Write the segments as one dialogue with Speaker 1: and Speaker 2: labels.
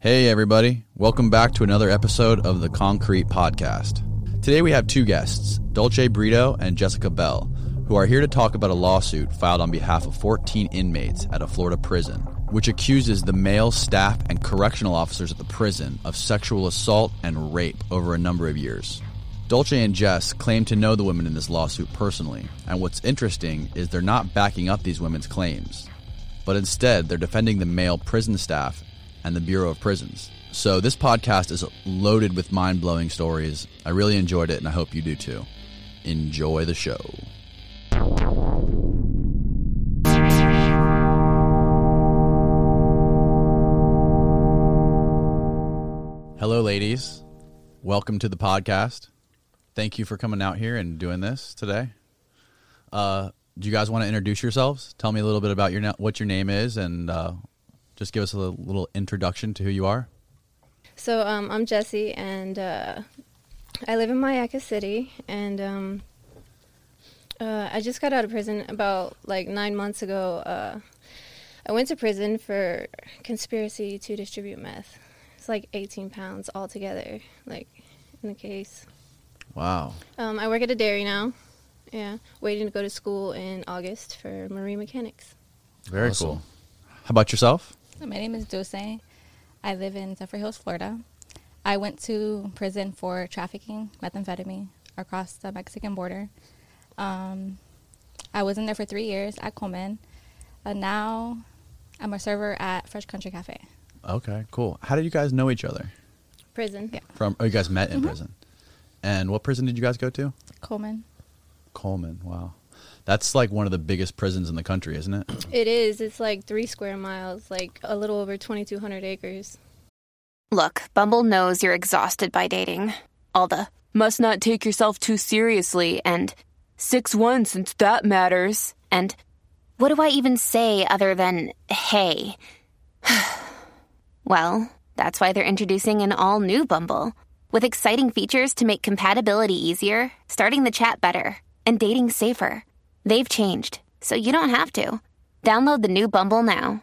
Speaker 1: Hey, everybody. Welcome back to another episode of the Concrete Podcast. Today we have two guests, Dolce Brito and Jessica Bell, who are here to talk about a lawsuit filed on behalf of 14 inmates at a Florida prison, which accuses the male staff and correctional officers at the prison of sexual assault and rape over a number of years. Dolce and Jess claim to know the women in this lawsuit personally, and what's interesting is they're not backing up these women's claims but instead they're defending the male prison staff and the Bureau of Prisons. So this podcast is loaded with mind blowing stories. I really enjoyed it, and I hope you do too. Enjoy the show. Hello, ladies. Welcome to the podcast. Thank you for coming out here and doing this today. Uh, do you guys want to introduce yourselves? Tell me a little bit about your na- what your name is, and uh, just give us a little, little introduction to who you are.
Speaker 2: So um, I'm Jesse, and uh, I live in Mayaca City, and um, uh, I just got out of prison about like nine months ago. Uh, I went to prison for conspiracy to distribute meth. It's like 18 pounds altogether, like in the case.
Speaker 1: Wow.
Speaker 2: Um, I work at a dairy now. Yeah, waiting to go to school in August for marine mechanics.
Speaker 1: Very cool. How about yourself?
Speaker 3: So my name is Dulce. I live in Zephyr Hills, Florida. I went to prison for trafficking methamphetamine across the Mexican border. Um, I was in there for three years at Coleman. And now I'm a server at Fresh Country Cafe.
Speaker 1: Okay, cool. How did you guys know each other?
Speaker 2: Prison.
Speaker 3: Yeah.
Speaker 1: From oh, you guys met in prison, and what prison did you guys go to?
Speaker 3: Coleman.
Speaker 1: Coleman. Wow, that's like one of the biggest prisons in the country, isn't it?
Speaker 2: It is. It's like three square miles, like a little over 2,200 acres.
Speaker 4: Look, Bumble knows you're exhausted by dating. All the must not take yourself too seriously and 6 1 since that matters. And what do I even say other than hey? well, that's why they're introducing an all new Bumble with exciting features to make compatibility easier, starting the chat better, and dating safer. They've changed, so you don't have to. Download the new Bumble now.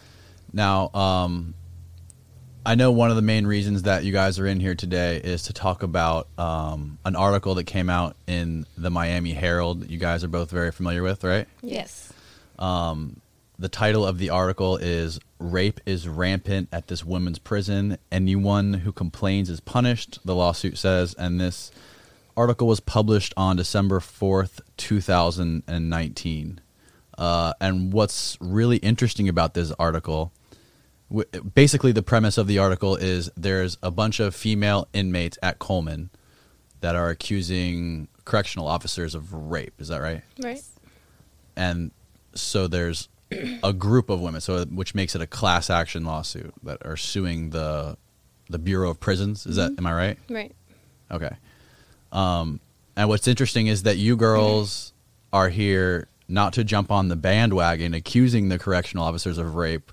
Speaker 1: Now, um, I know one of the main reasons that you guys are in here today is to talk about um, an article that came out in the Miami Herald that you guys are both very familiar with, right?
Speaker 3: Yes.
Speaker 1: The title of the article is Rape is Rampant at This Women's Prison. Anyone who complains is punished, the lawsuit says. And this article was published on December 4th, 2019. Uh, and what's really interesting about this article w- basically the premise of the article is there's a bunch of female inmates at Coleman that are accusing correctional officers of rape. Is that right?
Speaker 2: Right?
Speaker 1: And so there's a group of women, so which makes it a class action lawsuit that are suing the the Bureau of Prisons. Is that am I right?
Speaker 2: Right.
Speaker 1: Okay. Um, and what's interesting is that you girls are here not to jump on the bandwagon accusing the correctional officers of rape.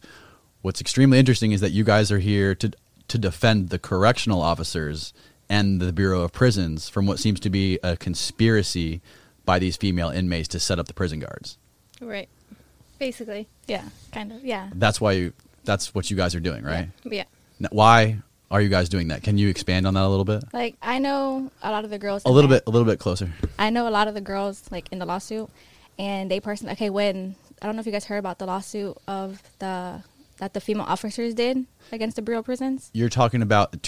Speaker 1: What's extremely interesting is that you guys are here to to defend the correctional officers and the Bureau of Prisons from what seems to be a conspiracy by these female inmates to set up the prison guards.
Speaker 2: Right. Basically.
Speaker 3: Yeah. Kind of. Yeah.
Speaker 1: That's why you that's what you guys are doing, right?
Speaker 2: Yeah.
Speaker 1: Now, why are you guys doing that? Can you expand on that a little bit?
Speaker 3: Like I know a lot of the girls.
Speaker 1: A
Speaker 3: in
Speaker 1: little
Speaker 3: there.
Speaker 1: bit a little bit closer.
Speaker 3: I know a lot of the girls like in the lawsuit, and they personally okay when I don't know if you guys heard about the lawsuit of the that the female officers did against the Bureau of Prisons.
Speaker 1: you're talking about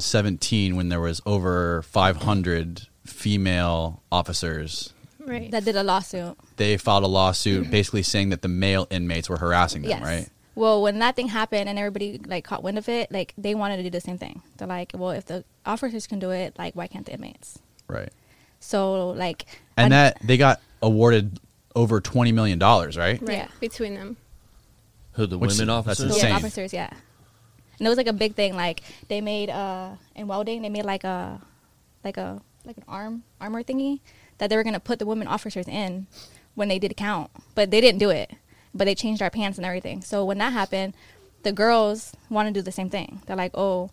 Speaker 1: 2017 when there was over 500 female officers.
Speaker 2: Right.
Speaker 3: That did a lawsuit.
Speaker 1: They filed a lawsuit basically saying that the male inmates were harassing them,
Speaker 3: yes.
Speaker 1: right?
Speaker 3: Well, when that thing happened and everybody like caught wind of it, like they wanted to do the same thing. They're like, well, if the officers can do it, like why can't the inmates?
Speaker 1: Right.
Speaker 3: So like,
Speaker 1: And
Speaker 3: I-
Speaker 1: that they got awarded over 20 million dollars, right?
Speaker 2: right.
Speaker 3: Yeah.
Speaker 2: Between them.
Speaker 5: Who the
Speaker 1: Which-
Speaker 5: women
Speaker 1: that's
Speaker 5: officers?
Speaker 3: yeah,
Speaker 1: insane.
Speaker 3: officers, yeah. and it was like a big thing. Like they made uh in welding, they made like a like a like an arm armor thingy that they were gonna put the women officers in when they did a count, but they didn't do it. But they changed our pants and everything. So when that happened, the girls want to do the same thing. They're like, oh,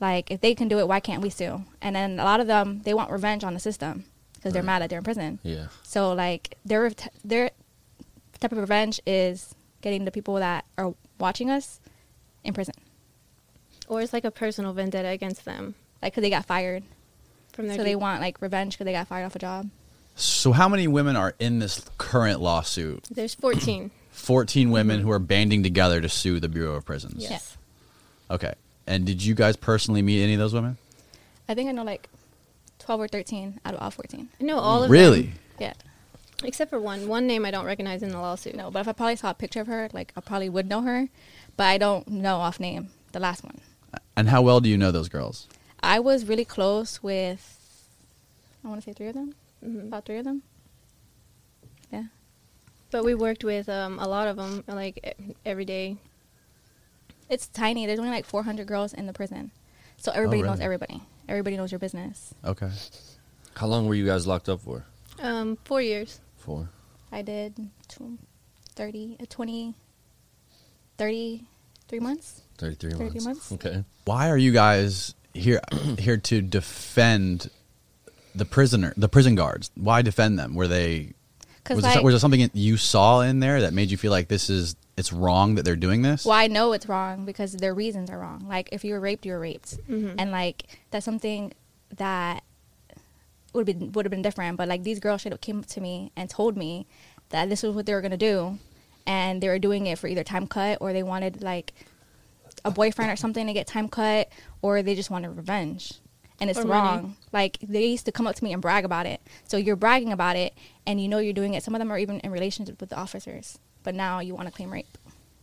Speaker 3: like if they can do it, why can't we too? And then a lot of them they want revenge on the system because they're mad that they're in prison.
Speaker 5: Yeah.
Speaker 3: So like their t- their type of revenge is getting the people that are watching us in prison,
Speaker 2: Or it's like a personal vendetta against them
Speaker 3: like because they got fired.
Speaker 2: from their.
Speaker 3: So they
Speaker 2: deep-
Speaker 3: want like revenge because they got fired off a job.
Speaker 1: So, how many women are in this current lawsuit?
Speaker 2: There's 14.
Speaker 1: 14 women who are banding together to sue the Bureau of Prisons.
Speaker 2: yes.
Speaker 1: Okay. And did you guys personally meet any of those women?
Speaker 3: I think I know like twelve or thirteen out of all fourteen.
Speaker 2: I know all of
Speaker 1: really?
Speaker 2: them,
Speaker 3: Yeah.
Speaker 2: except for one. One name I don't recognize in the lawsuit.
Speaker 3: No, but if I probably saw a picture of her, like I probably would know her, but I don't know off name the last one.
Speaker 1: And how well do you know those girls?
Speaker 3: I was really close with, I want to say three of them, about three of them. Yeah.
Speaker 2: But we worked with um, a lot of them, like e- every day.
Speaker 3: It's tiny. There's only like 400 girls in the prison. So everybody knows
Speaker 1: really?
Speaker 3: everybody. Everybody knows your business.
Speaker 1: Okay.
Speaker 5: How long were you guys locked up for?
Speaker 2: Um, four years.
Speaker 5: For
Speaker 3: I did tw- 30, uh, 20, 30, three months.
Speaker 5: 33 months.
Speaker 3: 33 months.
Speaker 5: Okay.
Speaker 1: Why are you guys here here to defend the prisoner, the prison guards? Why defend them? Were they
Speaker 3: Cause
Speaker 1: was,
Speaker 3: like,
Speaker 1: there, was there something you saw in there that made you feel like this is it's wrong that they're doing this?
Speaker 3: well, I know it's wrong because their reasons are wrong. Like if you were raped, you were raped, and like that's something that would have been would have been different. But like these girls should have came to me and told me that this was what they were gonna do, and they were doing it for either time cut or they wanted like a boyfriend or something to get time cut, or they just wanted revenge, and it's
Speaker 2: Or money.
Speaker 3: wrong. Like they used to come up to me and brag about it. So you're bragging about it, and you know you're doing it. Some of them are even in relationship with the officers, but now you want to claim rape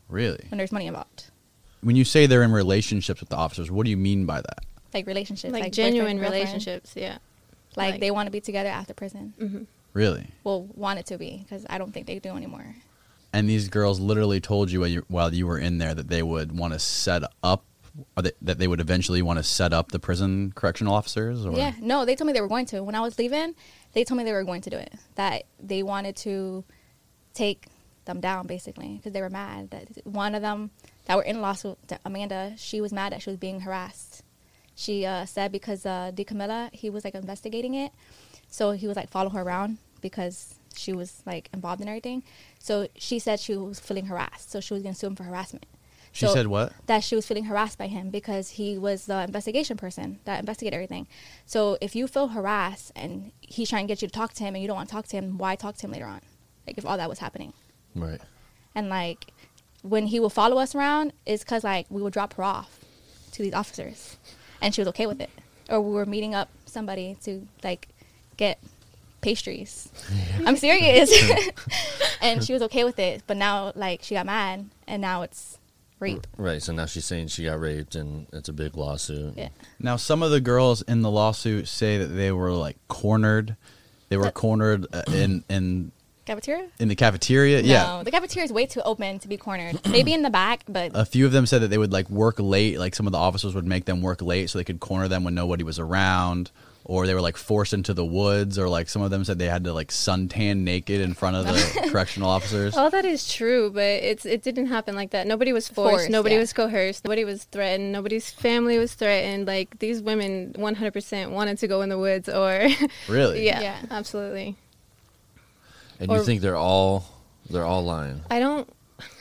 Speaker 1: Really?
Speaker 3: when there's money involved.
Speaker 1: When you say they're in relationships with the officers, what do you mean by that?
Speaker 3: like relationships,
Speaker 2: Like,
Speaker 3: boyfriend,
Speaker 2: genuine
Speaker 3: girlfriend.
Speaker 2: relationships. Yeah.
Speaker 3: Like,
Speaker 2: Like- Mm-hmm.
Speaker 3: they want to be together after prison.
Speaker 1: Really?
Speaker 3: Well, want it to be because I don't think they do anymore.
Speaker 1: And these girls literally told you while you, while you were in there that they would want to set up, or that, that they would eventually want to set up the prison correctional officers? Or?
Speaker 3: Yeah, no, they told me they were going to. When I was leaving, they told me they were going to do it. That they wanted to take them down basically because they were mad that one of them that were in lawsuit, that Amanda, she was mad that she was being harassed. She uh, said because uh, DeCamilla, he was like investigating it, so he was like follow her around because she was like involved in everything. So she said she was feeling harassed, so she was gonna sue him for harassment.
Speaker 1: She
Speaker 3: So-
Speaker 1: said what?
Speaker 3: that she was feeling harassed by him because he was the investigation person that investigated everything. So if you feel harassed and he's trying to get you to talk to him and you don't want to talk to him, why talk to him later on? Like if all that was happening.
Speaker 5: Right.
Speaker 3: And like when he would follow us around, it's because like we would drop her off to these officers and she was okay with it. Or we were meeting up somebody to like get pastries. I'm serious. and she was okay with it. But now like she got mad and now it's rape.
Speaker 5: Right. So now she's saying she got raped and it's a big lawsuit.
Speaker 3: Yeah.
Speaker 1: Now, some of the girls in the lawsuit say that they were like cornered. They were cornered uh, in in
Speaker 3: Cafeteria?
Speaker 1: in the cafeteria.
Speaker 3: No,
Speaker 1: Yeah.
Speaker 3: the cafeteria is way too open to be cornered. Maybe in the back, but
Speaker 1: A few of them said that they would like work late, like some of the officers would make them work late so they could corner them when nobody was around, or they were like forced into the woods, or like some of them said they had to like suntan naked in front of the correctional officers.
Speaker 3: Oh.
Speaker 2: All Oh, that is true, but it's it didn't happen like that. Nobody was forced.
Speaker 3: Forced,
Speaker 2: nobody
Speaker 3: yeah.
Speaker 2: was coerced. Nobody was threatened. Nobody's family was threatened. Like these women, one hundred percent wanted to go in the woods, or
Speaker 1: Really?
Speaker 2: yeah,
Speaker 3: Yeah.
Speaker 2: absolutely.
Speaker 5: And
Speaker 2: Or-
Speaker 5: you think they're all they're all lying.
Speaker 2: I don't,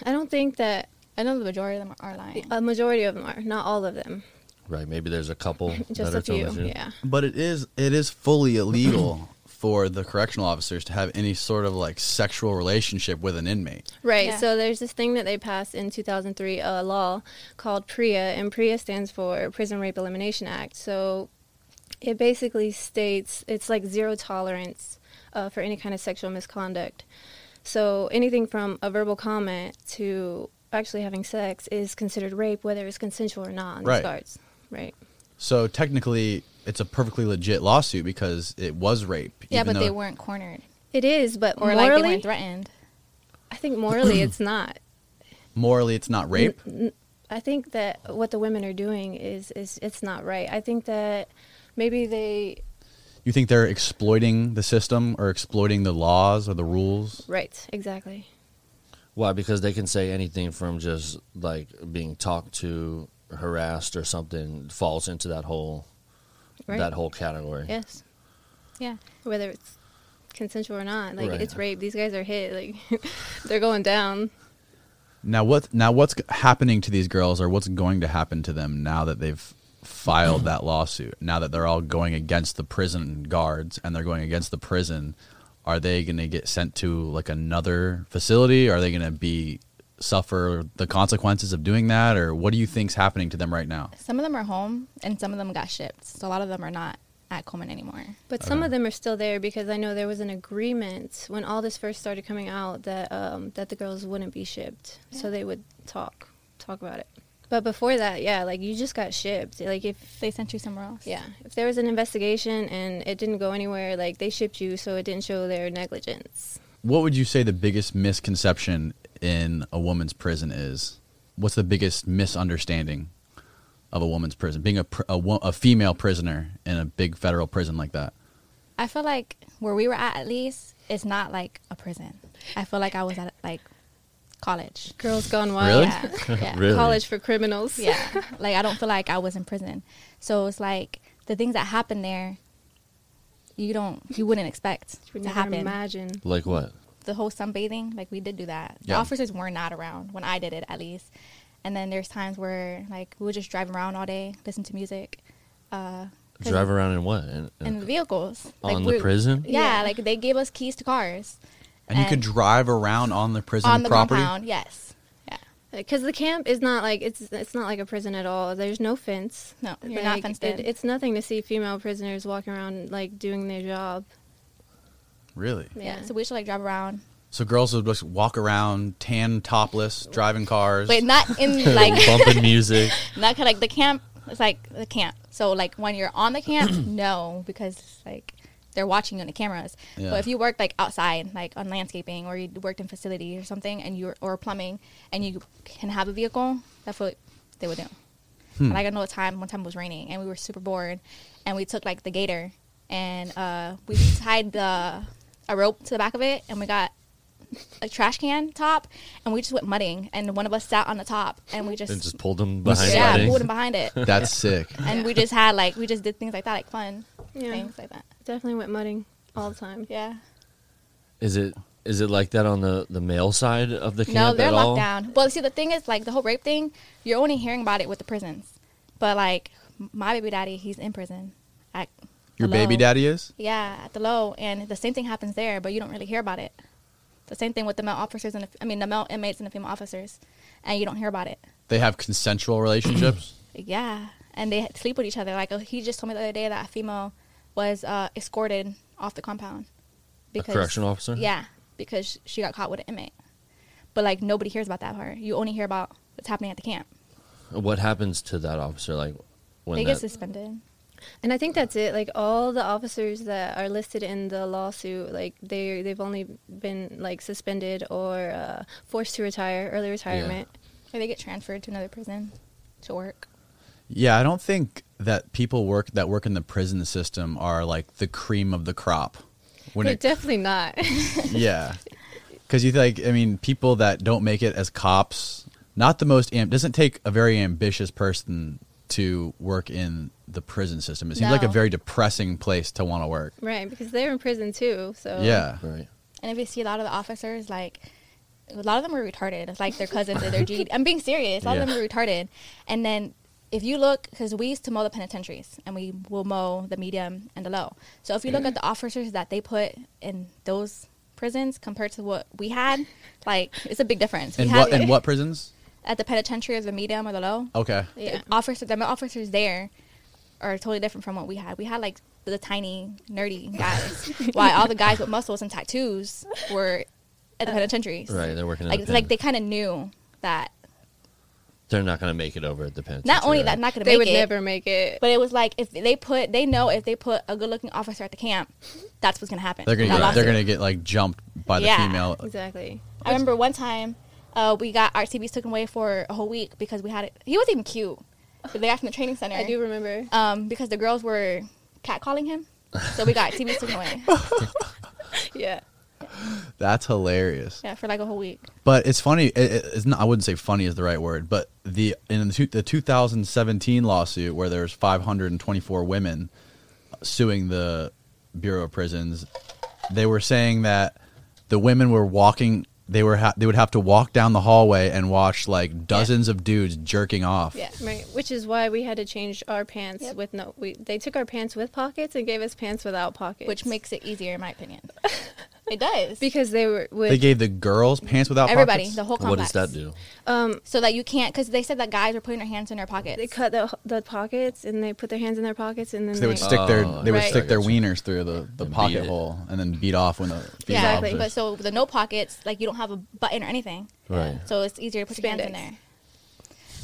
Speaker 2: I don't think that
Speaker 3: I know the majority of them are lying.
Speaker 2: a majority of them are. Not all of them.
Speaker 5: Right. Maybe there's a couple
Speaker 2: Just
Speaker 5: that are
Speaker 2: a few.
Speaker 5: telling you.
Speaker 2: Yeah.
Speaker 1: But it is it is fully illegal for the correctional officers to have any sort of like sexual relationship with an inmate.
Speaker 2: Right.
Speaker 3: Yeah.
Speaker 2: So there's this thing that they passed in 2003, a law called PREA, and PREA stands for Prison Rape Elimination Act. So it basically states it's like zero tolerance uh, for any kind of sexual misconduct. So anything from a verbal comment to actually having sex is considered rape, whether it's consensual or not. In
Speaker 1: Right.
Speaker 2: These guards. Right.
Speaker 1: So technically, it's a perfectly legit lawsuit because it was rape.
Speaker 3: yeah,
Speaker 1: even
Speaker 3: but they
Speaker 1: though-
Speaker 3: weren't cornered
Speaker 2: It is, but
Speaker 3: or like they
Speaker 2: morally,
Speaker 3: weren't threatened.
Speaker 2: I think morally it's not.
Speaker 1: Morally, it's not rape.
Speaker 2: I think that what the women are doing is is it's not right. I think that maybe they
Speaker 1: You think they're exploiting the system or exploiting the laws or the rules?
Speaker 2: right exactly.
Speaker 5: Why? Because they can say anything from just like being talked to, harassed, or something falls into that whole
Speaker 2: Right.
Speaker 5: that whole category.
Speaker 2: Yes.
Speaker 3: Yeah.
Speaker 2: Whether it's consensual or not, like
Speaker 5: Right.
Speaker 2: it's rape. These guys are hit. Like they're going down.
Speaker 1: Now what? Now what's g- happening to these girls, or what's going to happen to them now that they've filed that lawsuit? Now that they're all going against the prison guards and they're going against the prison, are they going to get sent to like another facility? Are they going to be suffer the consequences of doing that, or what do you think's happening to them right now?
Speaker 3: Some of them are home and some of them got shipped. So a lot of them are not at Coleman anymore.
Speaker 2: But some of them are still there because I know there was an agreement when all this first started coming out that um, that the girls wouldn't be shipped, so they would talk talk about it. But before that, yeah, like you just got shipped. Like if
Speaker 3: They sent you somewhere else.
Speaker 2: yeah, if there was an investigation and it didn't go anywhere, like they shipped you, so it didn't show their negligence.
Speaker 1: What would you say the biggest misconception in a woman's prison is? What's the biggest misunderstanding of a woman's prison? Being a pr- a, wo- a female prisoner in a big federal prison like that.
Speaker 3: I feel like where we were at, at least, it's not like a prison. I feel like I was at like college.
Speaker 2: Girls gone wild.
Speaker 1: Really?
Speaker 3: Yeah. yeah.
Speaker 5: Really?
Speaker 2: College for criminals.
Speaker 3: Yeah. Like I don't feel like I was in prison. So it's like the things that happened there, you don't, you wouldn't expect
Speaker 2: You would
Speaker 3: to
Speaker 2: never
Speaker 3: happen.
Speaker 2: imagine.
Speaker 5: Like what?
Speaker 3: the whole sunbathing, like we did do that. The
Speaker 1: Yeah.
Speaker 3: officers were not around when I did it, at least. And then there's times where like we would just drive around all day, listen to music, uh, 'cause-
Speaker 5: Drive around in what? In, in-
Speaker 3: in the vehicles
Speaker 5: on the
Speaker 3: we-
Speaker 5: prison?
Speaker 3: Yeah,
Speaker 2: Yeah.
Speaker 3: like they gave us keys to cars
Speaker 1: And, you could
Speaker 3: And-
Speaker 1: drive around on the prison
Speaker 3: on the
Speaker 1: property.
Speaker 3: compound. Yes, yeah,
Speaker 2: Because the camp is not like it's it's not like a prison at all. There's no fence.
Speaker 3: No, you're not
Speaker 2: Like,
Speaker 3: fenced
Speaker 2: it-
Speaker 3: in.
Speaker 2: it's nothing to see female prisoners walking around like doing their job.
Speaker 1: Really?
Speaker 3: yeah.
Speaker 2: Yeah.
Speaker 3: So we should like drive around,
Speaker 1: So girls would just walk around, tan, topless, driving cars.
Speaker 3: but not in like
Speaker 5: Bumping music.
Speaker 3: not kinda like the camp. It's like the camp. So like when you're on the camp, no, because like they're watching you on the cameras.
Speaker 1: Yeah.
Speaker 3: But if you work like outside, like on landscaping, or you worked in facility or something, and you or plumbing, and you can have a vehicle, that's what they would do. And Like I know a time, one time it was raining, and we were super bored, and we took like the gator, and uh, we tied the a rope to the back of it, and we got a trash can top, and we just went mudding, and one of us sat on the top, and we just,
Speaker 5: and just pulled them behind
Speaker 3: yeah,
Speaker 5: lighting.
Speaker 3: pulled him behind it,
Speaker 1: That's sick.
Speaker 3: and we just had like we just did things like that, like fun
Speaker 2: Yeah.
Speaker 3: things like that.
Speaker 2: Definitely went mudding all the time.
Speaker 3: Yeah.
Speaker 5: Is it is it like that on the the male side of the camp
Speaker 3: No, they're
Speaker 5: at all?
Speaker 3: locked down. Well, see, the thing is, like the whole rape thing, you're only hearing about it with the prisons, but like my baby daddy, he's in prison. At
Speaker 1: Your
Speaker 3: the
Speaker 1: baby
Speaker 3: low.
Speaker 1: daddy is?
Speaker 3: Yeah, at the low, and the same thing happens there, but you don't really hear about it. The same thing with the male officers and the, I mean the male inmates and the female officers, and you don't hear about it.
Speaker 1: They have consensual relationships?
Speaker 3: Yeah, and they sleep with each other. Like oh, he just told me the other day that a female was uh, escorted off the compound
Speaker 5: A correctional officer.
Speaker 3: Yeah, because she got caught with an inmate. But like nobody hears about that part. You only hear about what's happening at the camp.
Speaker 5: What happens to that officer? Like when
Speaker 3: they
Speaker 5: that,
Speaker 3: get suspended.
Speaker 2: And I think that's it. Like all the officers that are listed in the lawsuit, like they they've only been like suspended or uh, forced to retire, early retirement.
Speaker 3: Or they get transferred to another prison to work.
Speaker 1: Yeah, I don't think that people work that work in the prison system are like the cream of the crop. When
Speaker 2: They're definitely not.
Speaker 1: yeah because you think i mean people that don't make it as cops not the most am- doesn't take a very ambitious person to work in the prison system it seems like a
Speaker 3: No.
Speaker 1: very depressing place to want to work
Speaker 2: right, because they're in prison too. So
Speaker 1: yeah
Speaker 5: Right.
Speaker 3: And if you see a lot of the officers, like a lot of them are retarded. It's like their cousins or their G. I'm being serious. A lot of
Speaker 1: Yeah.
Speaker 3: them are retarded. And then if you look, because we used to mow the penitentiaries, and we will mow the medium and the low. So if you look at the officers that they put in those prisons compared to what we had, like it's a big difference.
Speaker 1: in
Speaker 3: we had,
Speaker 1: what in what prisons
Speaker 3: at the penitentiary or the medium or the low.
Speaker 1: okay
Speaker 2: Yeah.
Speaker 3: The officer, the officers there are totally different from what we had. We had like the tiny, nerdy guys, while all the guys with muscles and tattoos were at the
Speaker 2: Uh,
Speaker 3: penitentiaries.
Speaker 5: Right. They're working. in
Speaker 3: Like,
Speaker 5: the
Speaker 3: it's like
Speaker 5: pen.
Speaker 3: they kind of knew that
Speaker 5: They're not going to make it over at the penitentiary.
Speaker 3: not only that not gonna
Speaker 2: they
Speaker 3: make
Speaker 2: would
Speaker 3: it,
Speaker 2: never make it.
Speaker 3: but it was like if they put they know if they put a good looking officer at the camp, that's what's gonna happen.
Speaker 1: they're gonna
Speaker 3: That
Speaker 1: get, they're
Speaker 3: lawsuit.
Speaker 1: gonna get like jumped by the
Speaker 3: Yeah.
Speaker 1: female
Speaker 2: exactly.
Speaker 3: I remember one time Uh, we got our CBs taken away for a whole week because we had it. He wasn't even cute. The guy from the training center.
Speaker 2: I do remember.
Speaker 3: Um, because the girls were catcalling him, so we got CBs taken away.
Speaker 2: yeah.
Speaker 1: That's hilarious.
Speaker 3: Yeah, for like a whole week.
Speaker 1: But it's funny. It, it- it's not. I wouldn't say funny is the right word, but the in the, two, the 2017 lawsuit where there's 524 women suing the Bureau of Prisons, they were saying that the women were walking. They were ha- they would have to walk down the hallway and watch like dozens of dudes jerking off.
Speaker 3: Yeah.
Speaker 2: Right, which is why we had to change our pants
Speaker 3: Yep.
Speaker 2: with no. We they took our pants with pockets and gave us pants without pockets,
Speaker 3: which makes it easier in my opinion. it does
Speaker 2: because they were would,
Speaker 1: They gave the girls pants without
Speaker 3: everybody
Speaker 1: pockets?
Speaker 3: the whole
Speaker 5: What does
Speaker 3: complex.
Speaker 5: that do?
Speaker 3: So that you can't because they said that guys were putting their hands in their pockets.
Speaker 2: they cut the the pockets and they put their hands in their pockets and then
Speaker 1: They would stick their they would
Speaker 2: Right.
Speaker 1: stick their wieners through the, the
Speaker 5: Oh, beat
Speaker 1: pocket
Speaker 5: it.
Speaker 1: hole and then beat off when the beat
Speaker 3: yeah,
Speaker 2: Exactly.
Speaker 3: but so the no pockets, like you don't have a button or anything,
Speaker 5: Right.
Speaker 3: so it's easier to put your hands in
Speaker 2: Spandex.
Speaker 3: there.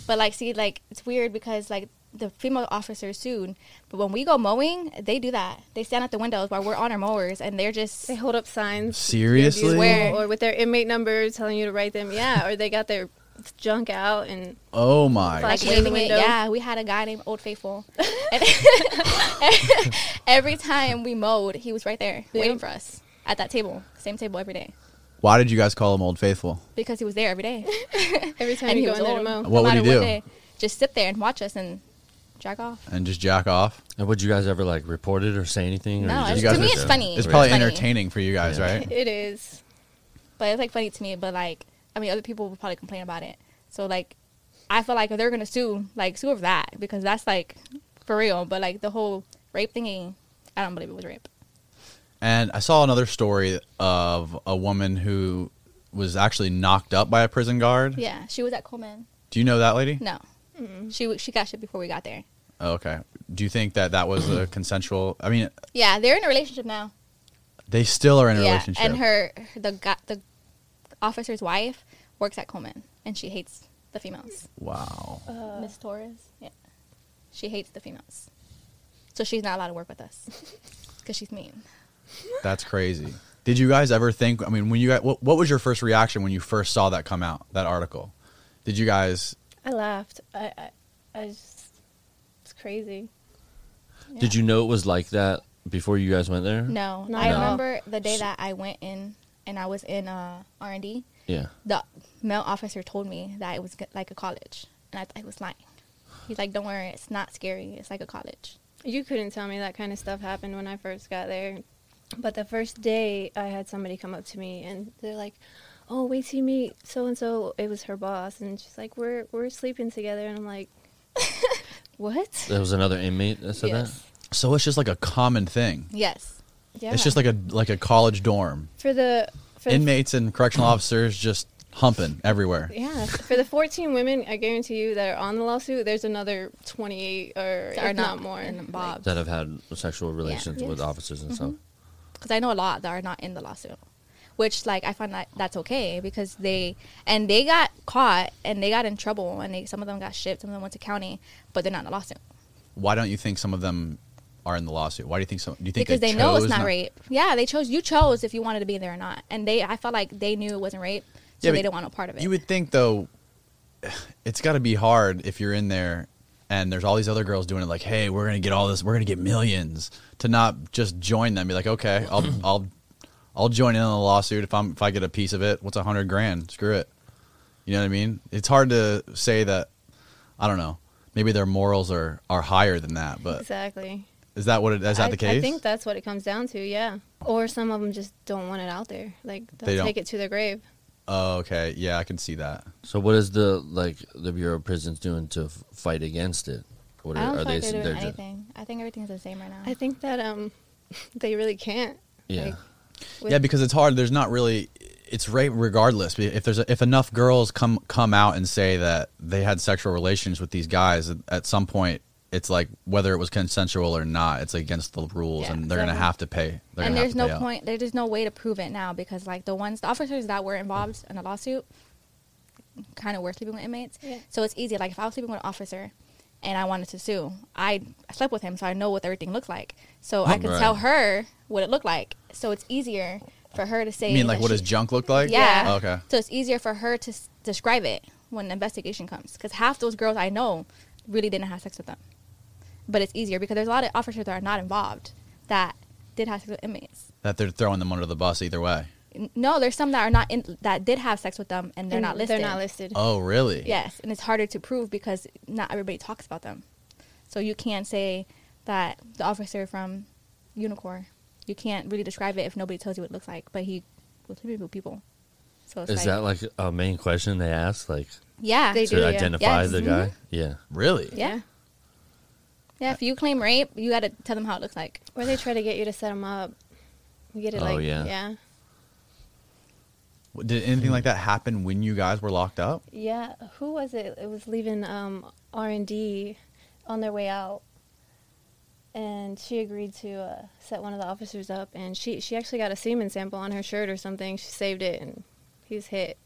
Speaker 3: But like, see, like it's weird because like the female officers sued, but when we go mowing, they do that. They stand at the windows while we're on our mowers, and they're just
Speaker 2: They hold up signs.
Speaker 1: Seriously?
Speaker 2: Where, or with their inmate number telling you to write them. Yeah, or they got their junk out and
Speaker 1: Oh my!
Speaker 2: Like-
Speaker 3: like
Speaker 2: in the
Speaker 3: waving it.
Speaker 2: window.
Speaker 3: Yeah, we had a guy named Old Faithful. and every time we mowed, he was right there waiting for us at that table, same table every day,
Speaker 1: Why did you guys call him Old Faithful?
Speaker 3: because he was there every day.
Speaker 2: every time
Speaker 3: and
Speaker 2: you go
Speaker 3: he was
Speaker 2: in there to
Speaker 3: old.
Speaker 2: mow.
Speaker 1: What would he
Speaker 3: matter
Speaker 1: do?
Speaker 3: day, just sit there and watch us and jack off.
Speaker 1: and just jack off.
Speaker 5: And would you guys ever like report it or say anything? Or
Speaker 3: No,
Speaker 5: you
Speaker 3: I just-
Speaker 5: just
Speaker 1: You guys
Speaker 3: to me,
Speaker 1: are-
Speaker 3: it's funny.
Speaker 1: It's probably
Speaker 3: funny.
Speaker 1: entertaining for you guys,
Speaker 5: Yeah.
Speaker 1: right?
Speaker 2: It is.
Speaker 3: But it's like funny to me. But like, I mean, other people would probably complain about it. So like, I feel like if they're gonna sue, like sue over that because that's like for real. But like the whole rape thingy, I don't believe it was rape.
Speaker 1: And I saw another story of a woman who was actually knocked up by a prison guard.
Speaker 2: Hmm.
Speaker 3: Yeah, she was at Coleman.
Speaker 1: Do you know that lady?
Speaker 3: No,
Speaker 2: Mm-hmm.
Speaker 3: she w- she got shit before we got there.
Speaker 1: Oh, okay. Do you think that that was a consensual? I mean,
Speaker 3: Yeah, they're in a relationship now.
Speaker 1: they still are in a
Speaker 3: yeah,
Speaker 1: relationship.
Speaker 3: and her the guy, the officer's wife works at Coleman, and she hates the females.
Speaker 1: wow.
Speaker 2: Uh,
Speaker 3: Miss Torres. Yeah. She hates the females. So she's not allowed to work with us because she's mean.
Speaker 1: That's crazy. Did you guys ever think? I mean, when you guys, what, what was your first reaction when you first saw that come out, that article? Did you guys?
Speaker 2: I laughed. I, I, I just. It's crazy.
Speaker 5: Did you know it was like that before you guys went there?
Speaker 3: No,
Speaker 2: Not
Speaker 3: I
Speaker 2: at all.
Speaker 3: remember the day that I went in and I was in uh, R and D.
Speaker 5: Yeah.
Speaker 3: The male officer told me that it was g- like a college, and I, th- I was lying. He's like, "Don't worry, it's not scary. It's like a college."
Speaker 2: You couldn't tell me that kind of stuff happened when I first got there. But the first day, I had somebody come up to me and they're like, "Oh, wait till you meet so and so." It was her boss, and she's like, "We're we're sleeping together," and I'm like, "What?"
Speaker 5: There was another inmate that said
Speaker 3: yes,
Speaker 1: So it's just like a common thing.
Speaker 3: yes,
Speaker 2: Yeah.
Speaker 1: It's just like a like a college dorm.
Speaker 2: for the for the
Speaker 1: Inmates and correctional officers just humping everywhere.
Speaker 2: Yeah, for the 14 women, I guarantee you that are on the lawsuit, there's another 28 or
Speaker 3: Or
Speaker 2: if not, more.
Speaker 3: And
Speaker 5: that
Speaker 3: Bob,
Speaker 5: that have had sexual relations with
Speaker 2: Yes.
Speaker 5: officers and
Speaker 3: Mm-hmm.
Speaker 5: stuff.
Speaker 3: because I know a lot that are not in the lawsuit, which like I find that that's okay because they and they got caught and they got in trouble and they some of them got shipped, some of them went to county, but they're not in the lawsuit
Speaker 1: Why don't you think some of them are in the lawsuit? Why do you think so? Do you think
Speaker 3: because
Speaker 1: they,
Speaker 3: they, know it's
Speaker 1: chose
Speaker 3: not, rape. Yeah, they chose you chose if you wanted to be there or not, and they I felt like they knew it wasn't rape, so
Speaker 1: Yeah, but
Speaker 3: they didn't want no part of it.
Speaker 1: You would think though, it's got to be hard if you're in there and there's all these other girls doing it. Like, hey, we're gonna get all this. We're gonna get millions. To not just join them, be like, okay, I'll I'll I'll join in on the lawsuit if I'm if I get a piece of it. What's a hundred grand? Screw it. You know what I mean? It's hard to say that. I don't know. Maybe their morals are are higher than that. But
Speaker 2: Exactly.
Speaker 1: is that what? It, is that
Speaker 2: I,
Speaker 1: the case?
Speaker 2: I think that's what it comes down to, yeah. Or some of them just don't want it out there. Like,
Speaker 1: They
Speaker 2: they'll
Speaker 1: don't.
Speaker 2: take it to their grave.
Speaker 1: Oh, okay. Yeah, I can see that.
Speaker 5: So what is the like the Bureau of Prisons doing to f- fight against it? What
Speaker 3: I don't think
Speaker 5: s-
Speaker 3: they, are doing
Speaker 5: ju-
Speaker 3: anything. I think everything's the same right now.
Speaker 2: I think that um, they really can't.
Speaker 5: yeah.
Speaker 2: Like, with-
Speaker 1: yeah, because it's hard. There's not really. It's rape regardless. If there's if enough girls come come out and say that they had sexual relations with these guys, at some point, it's like whether it was consensual or not, it's against the rules,
Speaker 3: Yeah,
Speaker 1: and they're gonna
Speaker 3: exactly.
Speaker 1: have to pay. They're gonna
Speaker 3: and
Speaker 1: have
Speaker 3: there's
Speaker 1: to
Speaker 3: no
Speaker 1: pay out.
Speaker 3: point. There's just no way to prove it now because like the ones the officers that were involved in the lawsuit, kind of were sleeping with inmates.
Speaker 2: Yeah.
Speaker 3: So it's easy. Like if I was sleeping with an officer, and I wanted to sue, I I slept with him, so I know what everything looked like. So I could
Speaker 5: Right.
Speaker 3: tell her what it looked like. So it's easier for her to say.
Speaker 1: You mean like
Speaker 3: that
Speaker 1: what does
Speaker 3: she-
Speaker 1: junk look like?
Speaker 3: Yeah.
Speaker 1: Oh, okay.
Speaker 3: So it's easier for her to s- describe it when the investigation comes, because half those girls I know really didn't have sex with them. But it's easier because there's a lot of officers that are not involved that did have sex with inmates.
Speaker 1: That they're throwing them under the bus either way.
Speaker 3: N- No, there's some that are not in, that did have sex with them and they're
Speaker 2: And
Speaker 3: not listed.
Speaker 2: They're not listed.
Speaker 1: Oh, really?
Speaker 3: Yes, and it's harder to prove because not everybody talks about them. So you can't say that the officer from Unicor. You can't really describe it if nobody tells you what it looks like. But he was sleeping with people. So it's
Speaker 5: Is
Speaker 3: like,
Speaker 5: that like a main question they ask, like
Speaker 3: yeah,
Speaker 2: They
Speaker 5: to
Speaker 2: do, yeah.
Speaker 5: identify
Speaker 3: Yes. Mm-hmm.
Speaker 5: the guy? Yeah.
Speaker 1: Really?
Speaker 3: yeah, yeah. If you claim rape, you got to tell them how it looks like.
Speaker 2: Or they try to get you to set them up. You get it
Speaker 5: Oh,
Speaker 2: like
Speaker 5: yeah.
Speaker 2: yeah.
Speaker 1: Did anything like that happen when you guys were locked up?
Speaker 2: Yeah, who was it? It was leaving um, R and D on their way out, and she agreed to uh, set one of the officers up, and she she actually got a semen sample on her shirt or something. She saved it, and he's hit.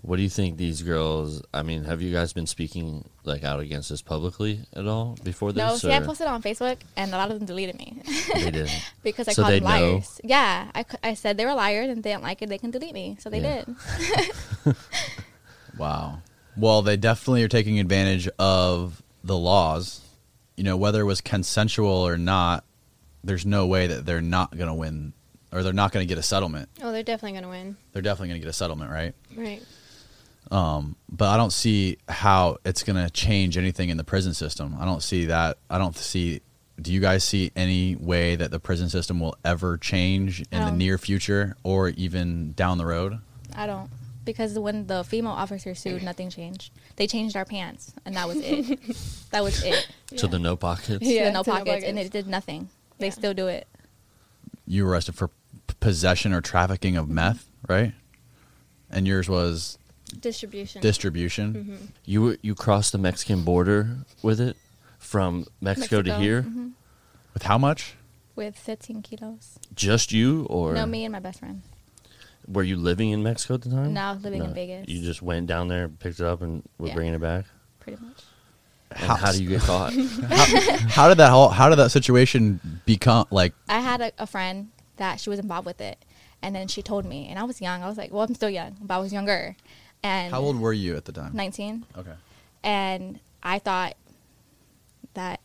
Speaker 5: What do you think these girls? I mean, have you guys been speaking like out against this publicly at all before this?
Speaker 3: No, see, I
Speaker 5: or-
Speaker 3: posted it on Facebook, and a lot of them deleted me
Speaker 5: they did.
Speaker 3: because I
Speaker 5: So
Speaker 3: called
Speaker 5: they
Speaker 3: them
Speaker 5: know.
Speaker 3: liars. Yeah, I, c- I said they were liars and they didn't like it. They can delete me, so they
Speaker 5: Yeah.
Speaker 3: did.
Speaker 1: Wow. Well, they definitely are taking advantage of the laws. You know, whether it was consensual or not, there's no way that they're not going to win or they're not going to get a settlement.
Speaker 2: Oh, they're definitely gonna win,
Speaker 1: They're definitely going to get a settlement, right?
Speaker 2: right?
Speaker 1: But I don't see how it's going to change anything in the prison system. I don't see that. I don't see. Do you guys see any way that the prison system will ever change in the
Speaker 3: Um,
Speaker 1: near future or even down the road?
Speaker 3: I don't. Because when the female officer sued, nothing changed. They changed our pants, and that was it. that was it.
Speaker 5: To the no pockets.
Speaker 3: Yeah,
Speaker 2: Yeah,
Speaker 3: no
Speaker 2: to no
Speaker 3: pockets, and
Speaker 2: pockets.
Speaker 3: it did nothing. They
Speaker 2: Yeah.
Speaker 3: still do it.
Speaker 1: you were arrested for p- possession or trafficking of meth, right? And yours was
Speaker 2: Distribution.
Speaker 1: distribution.
Speaker 3: Mm-hmm.
Speaker 5: You you crossed the Mexican border with it from Mexico, to
Speaker 3: Mexico, mm-hmm.
Speaker 5: here.
Speaker 1: With how much?
Speaker 3: With 15 kilos.
Speaker 5: Just you, or
Speaker 3: no, me and my best friend.
Speaker 5: were you living in Mexico at the time?
Speaker 3: No, I was living in Vegas.
Speaker 5: You just went down there, picked it up, and were
Speaker 3: Yeah.
Speaker 5: bringing it back.
Speaker 3: Pretty much.
Speaker 5: And how do you get caught?
Speaker 1: How did that whole, how did that situation become like
Speaker 3: I had a, a friend that she was involved with it, and then she told me, and I was young. I was like, well, I'm still young, but I was younger. And
Speaker 1: how old were you at the time?
Speaker 3: 19.
Speaker 1: Okay.
Speaker 3: and I thought that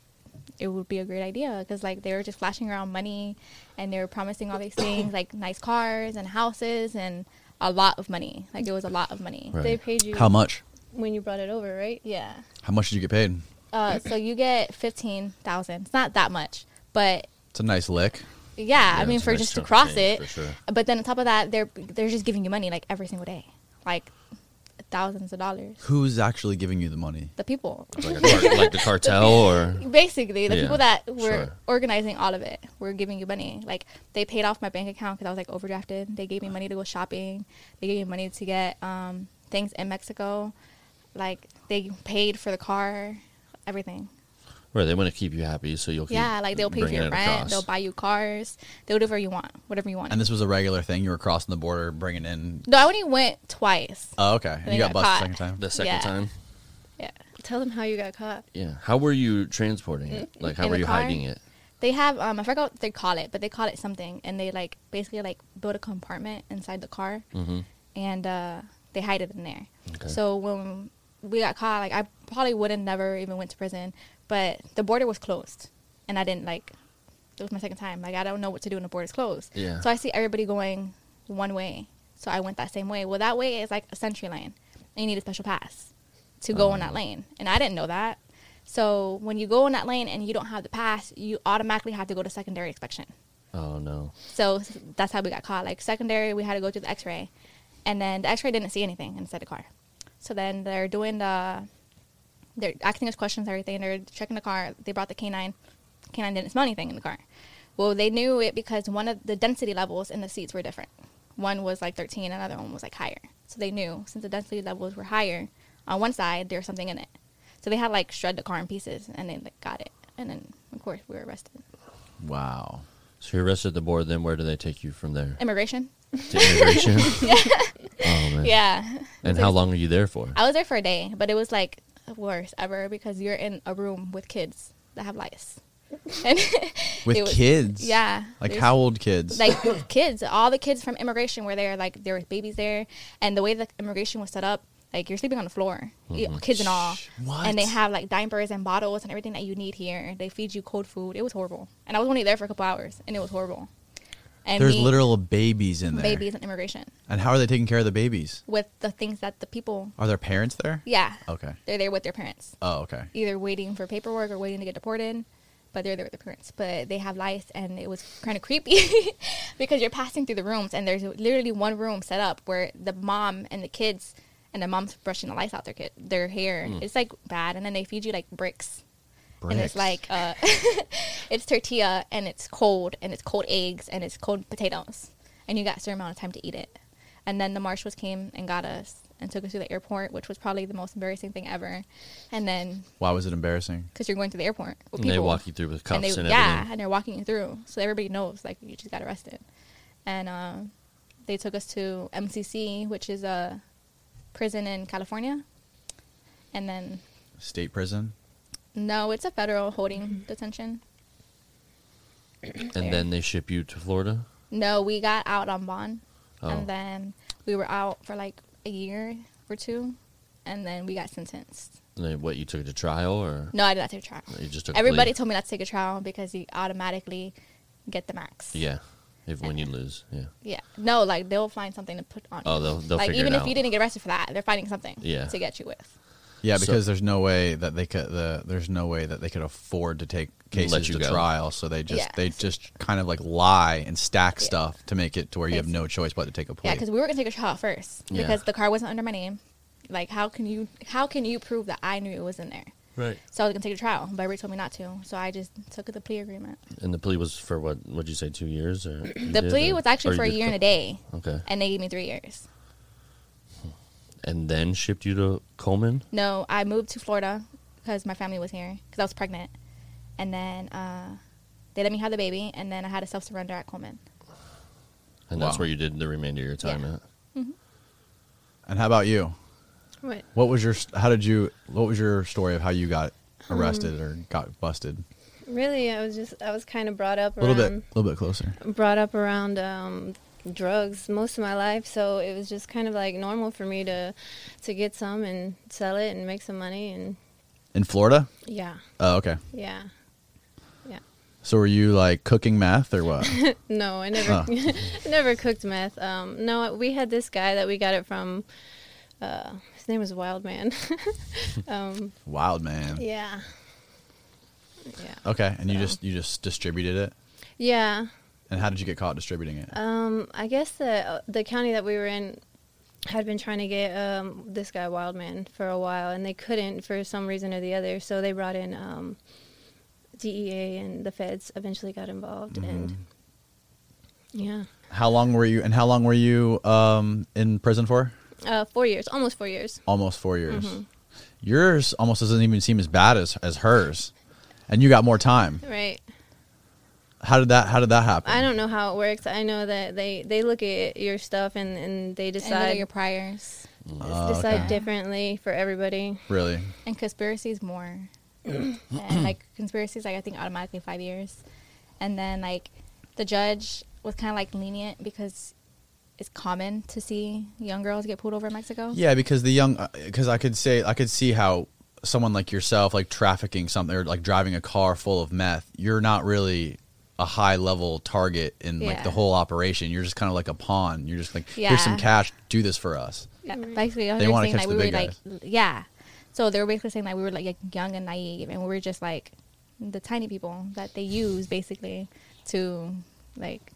Speaker 3: it would be a great idea because like they were just flashing around money and they were promising all these things like nice cars and houses and a lot of money like it was a lot of money
Speaker 5: Right.
Speaker 2: They paid you
Speaker 1: How much?
Speaker 2: when you brought it over, right?
Speaker 3: yeah
Speaker 1: How much did you get paid?
Speaker 3: uh, so you get 15000 it's not that much but
Speaker 1: It's a nice lick.
Speaker 3: yeah,
Speaker 5: Yeah,
Speaker 3: i mean
Speaker 5: it's a
Speaker 3: for
Speaker 5: nice
Speaker 3: just to
Speaker 5: chunk of
Speaker 3: cross
Speaker 5: change,
Speaker 3: it
Speaker 5: for sure.
Speaker 3: but then on top of that they're they're just giving you money like every single day like thousands of dollars
Speaker 1: Who's actually giving you the money?
Speaker 3: the people
Speaker 5: like, a car- like the cartel, or
Speaker 3: basically the
Speaker 5: Yeah,
Speaker 3: people that were
Speaker 5: sure.
Speaker 3: organizing all of it were giving you money like they paid off my bank account because i was like overdrafted they gave me money to go shopping they gave me money to get um, things in mexico like they paid for the car everything
Speaker 5: right? They want to keep you happy, so you'll keep
Speaker 3: yeah like they'll pay for
Speaker 5: bringing
Speaker 3: your
Speaker 5: it
Speaker 3: rent
Speaker 5: across.
Speaker 3: they'll buy you cars they'll do whatever you want whatever you want
Speaker 1: And this was a regular thing. You were crossing the border, bringing in.
Speaker 3: no i only went twice
Speaker 1: Oh, okay. And
Speaker 3: They
Speaker 1: you got,
Speaker 3: got
Speaker 1: busted the second
Speaker 3: caught.
Speaker 1: time.
Speaker 5: the second
Speaker 3: Yeah.
Speaker 5: time.
Speaker 3: yeah
Speaker 2: Tell them how you got caught.
Speaker 5: Yeah. How were you transporting it? Like, how
Speaker 3: In
Speaker 5: were
Speaker 3: the
Speaker 5: you
Speaker 3: car?
Speaker 5: hiding it?
Speaker 3: they have um, I forgot what they call it, but they call it something, and they like basically like build a compartment inside the car, and uh, they hide it in there.
Speaker 5: Mm-hmm. Okay.
Speaker 3: So when we got caught, like I probably would have never even went to prison, but the border was closed, and I didn't like. It was my second time. Like I don't know what to do when the border's closed.
Speaker 5: Yeah.
Speaker 3: So I see everybody going one way, so I went that same way. Well, that way is like a century lane, and you need a special pass to go in
Speaker 5: Oh.
Speaker 3: that lane, and I didn't know that. So when you go in that lane and you don't have the pass, you automatically have to go to secondary inspection.
Speaker 5: Oh no.
Speaker 3: So s- that's how we got caught. Like secondary, we had to go to the X-ray, and then the X-ray didn't see anything inside the car. So then they're doing the, they're asking us questions, everything. They're checking the car. They brought the canine. Canine didn't smell anything in the car. Well, they knew it because one of the density levels in the seats were different. One was like 13, another one was like higher. So they knew since the density levels were higher on one side, there was something in it. So they had like shred the car in pieces, and they like got it. And then of course we were arrested.
Speaker 1: Wow.
Speaker 5: So you're arrested at the border. Then where do they take you from there?
Speaker 3: Immigration.
Speaker 5: To immigration. Oh man.
Speaker 3: Yeah.
Speaker 5: And how long are you there for?
Speaker 3: I was there for a day, but it was like worst ever because you're in a room with kids that have lice. And
Speaker 1: with
Speaker 3: it was-
Speaker 1: kids.
Speaker 3: Yeah.
Speaker 1: Like
Speaker 3: there's-
Speaker 1: how old kids?
Speaker 3: Like kids, all the kids from immigration were there. Like there were babies there, and the way the immigration was set up, like you're sleeping on the floor, y- kids and all.
Speaker 1: Mm-hmm. What?
Speaker 3: And they have like diapers and bottles and everything that you need here. They feed you cold food. It was horrible, and I was only there for a couple hours, and it was horrible. And
Speaker 1: There's
Speaker 3: me-
Speaker 1: literal babies in there.
Speaker 3: babies and immigration
Speaker 1: And how are they taking care of the babies?
Speaker 3: with the things that the people,
Speaker 1: Are their parents there?
Speaker 3: yeah,
Speaker 1: Okay.
Speaker 3: they're there with their parents,
Speaker 1: Oh, okay.
Speaker 3: either waiting for paperwork or waiting to get deported. But they're there with their parents. But they have lice, and it was kind of creepy because you're passing through the rooms, and there's literally one room set up where the mom and the kids, and the mom's brushing the lice out their kid, their hair.
Speaker 1: Hmm.
Speaker 3: It's like bad, and then they feed you like bricks. And
Speaker 1: Bricks.
Speaker 3: it's like uh, it's tortilla and it's cold and it's cold eggs and it's cold potatoes and you got a certain amount of time to eat it. And then the marshals came and got us and took us to the airport, which was probably the most embarrassing thing ever. And then
Speaker 1: Why was it embarrassing?
Speaker 3: because you're going to the airport with
Speaker 5: And they
Speaker 3: people.
Speaker 5: walk you through with cuffs
Speaker 3: and
Speaker 5: and,
Speaker 3: they, yeah,
Speaker 5: everything.
Speaker 3: and they're walking you through, so everybody knows like you just got arrested. And um, they took us to MCC, which is a prison in California. And then
Speaker 1: State prison?
Speaker 3: no, it's a federal holding detention.
Speaker 5: And then they ship you to Florida.
Speaker 3: No, we got out on bond,
Speaker 5: Oh.
Speaker 3: and then we were out for like a year or two, and then we got sentenced.
Speaker 5: And then what you took it to trial or
Speaker 3: No, I did not take a trial.
Speaker 5: you just took a
Speaker 3: Everybody
Speaker 5: plea?
Speaker 3: told me not to take a trial because you automatically get the max.
Speaker 5: Yeah. If when you lose, yeah.
Speaker 3: Yeah. No, like they'll find something to put on.
Speaker 5: Oh,
Speaker 3: you.
Speaker 5: they'll- they'll
Speaker 3: like
Speaker 5: figure
Speaker 3: even
Speaker 5: it
Speaker 3: if you
Speaker 5: out.
Speaker 3: didn't get arrested for that, they're finding something.
Speaker 5: Yeah.
Speaker 3: To get you with.
Speaker 1: Yeah,
Speaker 5: So-
Speaker 1: because there's no way that they could the there's no way that they could afford to take cases
Speaker 5: you
Speaker 1: to
Speaker 5: go.
Speaker 1: trial, so they just
Speaker 3: Yeah.
Speaker 1: they just kind of like lie and stack stuff to make it to where you have
Speaker 3: It's-
Speaker 1: no choice but to take a plea.
Speaker 3: Yeah, because we were gonna take a trial first
Speaker 5: Yeah.
Speaker 3: because the car wasn't under my name. Like, how can you how can you prove that I knew it was in there?
Speaker 5: Right.
Speaker 3: So I was gonna take a trial, but everybody told me not to. So I just took the plea agreement.
Speaker 5: And the plea was for what? Would you say two years or you
Speaker 3: The
Speaker 5: did,
Speaker 3: plea
Speaker 5: or-
Speaker 3: was
Speaker 5: or
Speaker 3: actually
Speaker 5: you
Speaker 3: for a
Speaker 5: did
Speaker 3: year and a
Speaker 5: co-
Speaker 3: day,
Speaker 5: Okay.
Speaker 3: and they gave me three years.
Speaker 5: And then shipped you to Coleman.
Speaker 3: No, I moved to Florida because my family was here because I was pregnant, and then uh, they let me have the baby, and then I had a self surrender at Coleman.
Speaker 5: And that's
Speaker 1: Wow.
Speaker 5: where you did the remainder of your time
Speaker 3: Yeah.
Speaker 5: at.
Speaker 1: and how about you?
Speaker 2: What?
Speaker 1: What was your how did you what was your story of how you got
Speaker 3: Mm.
Speaker 1: arrested or got busted?
Speaker 2: Really, I was just I was kind of brought up
Speaker 1: A little bit
Speaker 2: around
Speaker 1: a little bit closer.
Speaker 2: brought up around um, drugs most of my life, so it was just kind of like normal for me to to get some and sell it and make some money and
Speaker 1: In Florida?
Speaker 2: yeah,
Speaker 1: Oh, okay.
Speaker 2: yeah, yeah.
Speaker 1: So were you like cooking meth or what?
Speaker 2: No, I never never cooked meth. Um, no, we had this guy that we got it from. Uh, his name was Wildman. um,
Speaker 1: Wild man.
Speaker 2: yeah, yeah,
Speaker 1: Okay, and you just you just distributed it.
Speaker 2: yeah.
Speaker 1: And how did you get caught distributing it?
Speaker 2: Um, I guess the the county that we were in had been trying to get um, this guy Wildman for a while, and they couldn't for some reason or the other. So they brought in um, DEA, and the feds eventually got involved. And yeah,
Speaker 1: how long were you and how long were you um, in prison for?
Speaker 2: uh, four years, almost four years.
Speaker 1: Almost four years. Yours almost doesn't even seem as bad as, as hers, and you got more time.
Speaker 2: Right.
Speaker 1: How did that? How did that happen?
Speaker 2: I don't know how it works. I know that they they look at your stuff and and they
Speaker 3: And those are
Speaker 2: decide
Speaker 3: your priors
Speaker 2: decide
Speaker 1: okay.
Speaker 2: differently for everybody.
Speaker 1: really.
Speaker 3: and conspiracies more, and like conspiracies, like I think automatically five years, and then like the judge was kind of like lenient because it's common to see young girls get pulled over in Mexico.
Speaker 1: Yeah, because the young, because I could say I could see how someone like yourself, like trafficking something or like driving a car full of meth, you're not really a high level target in like the
Speaker 3: Yeah.
Speaker 1: whole operation. You're just kind of like a pawn. You're just like, here's some
Speaker 3: Yeah.
Speaker 1: cash, do this for us.
Speaker 3: Yeah, basically, they
Speaker 1: They wanna catch
Speaker 3: were saying like
Speaker 1: the
Speaker 3: we were
Speaker 1: big
Speaker 3: like,
Speaker 1: guys.
Speaker 3: l- yeah. So they were basically saying that we were like, like, young and naive, and we were just like the tiny people that they use basically to like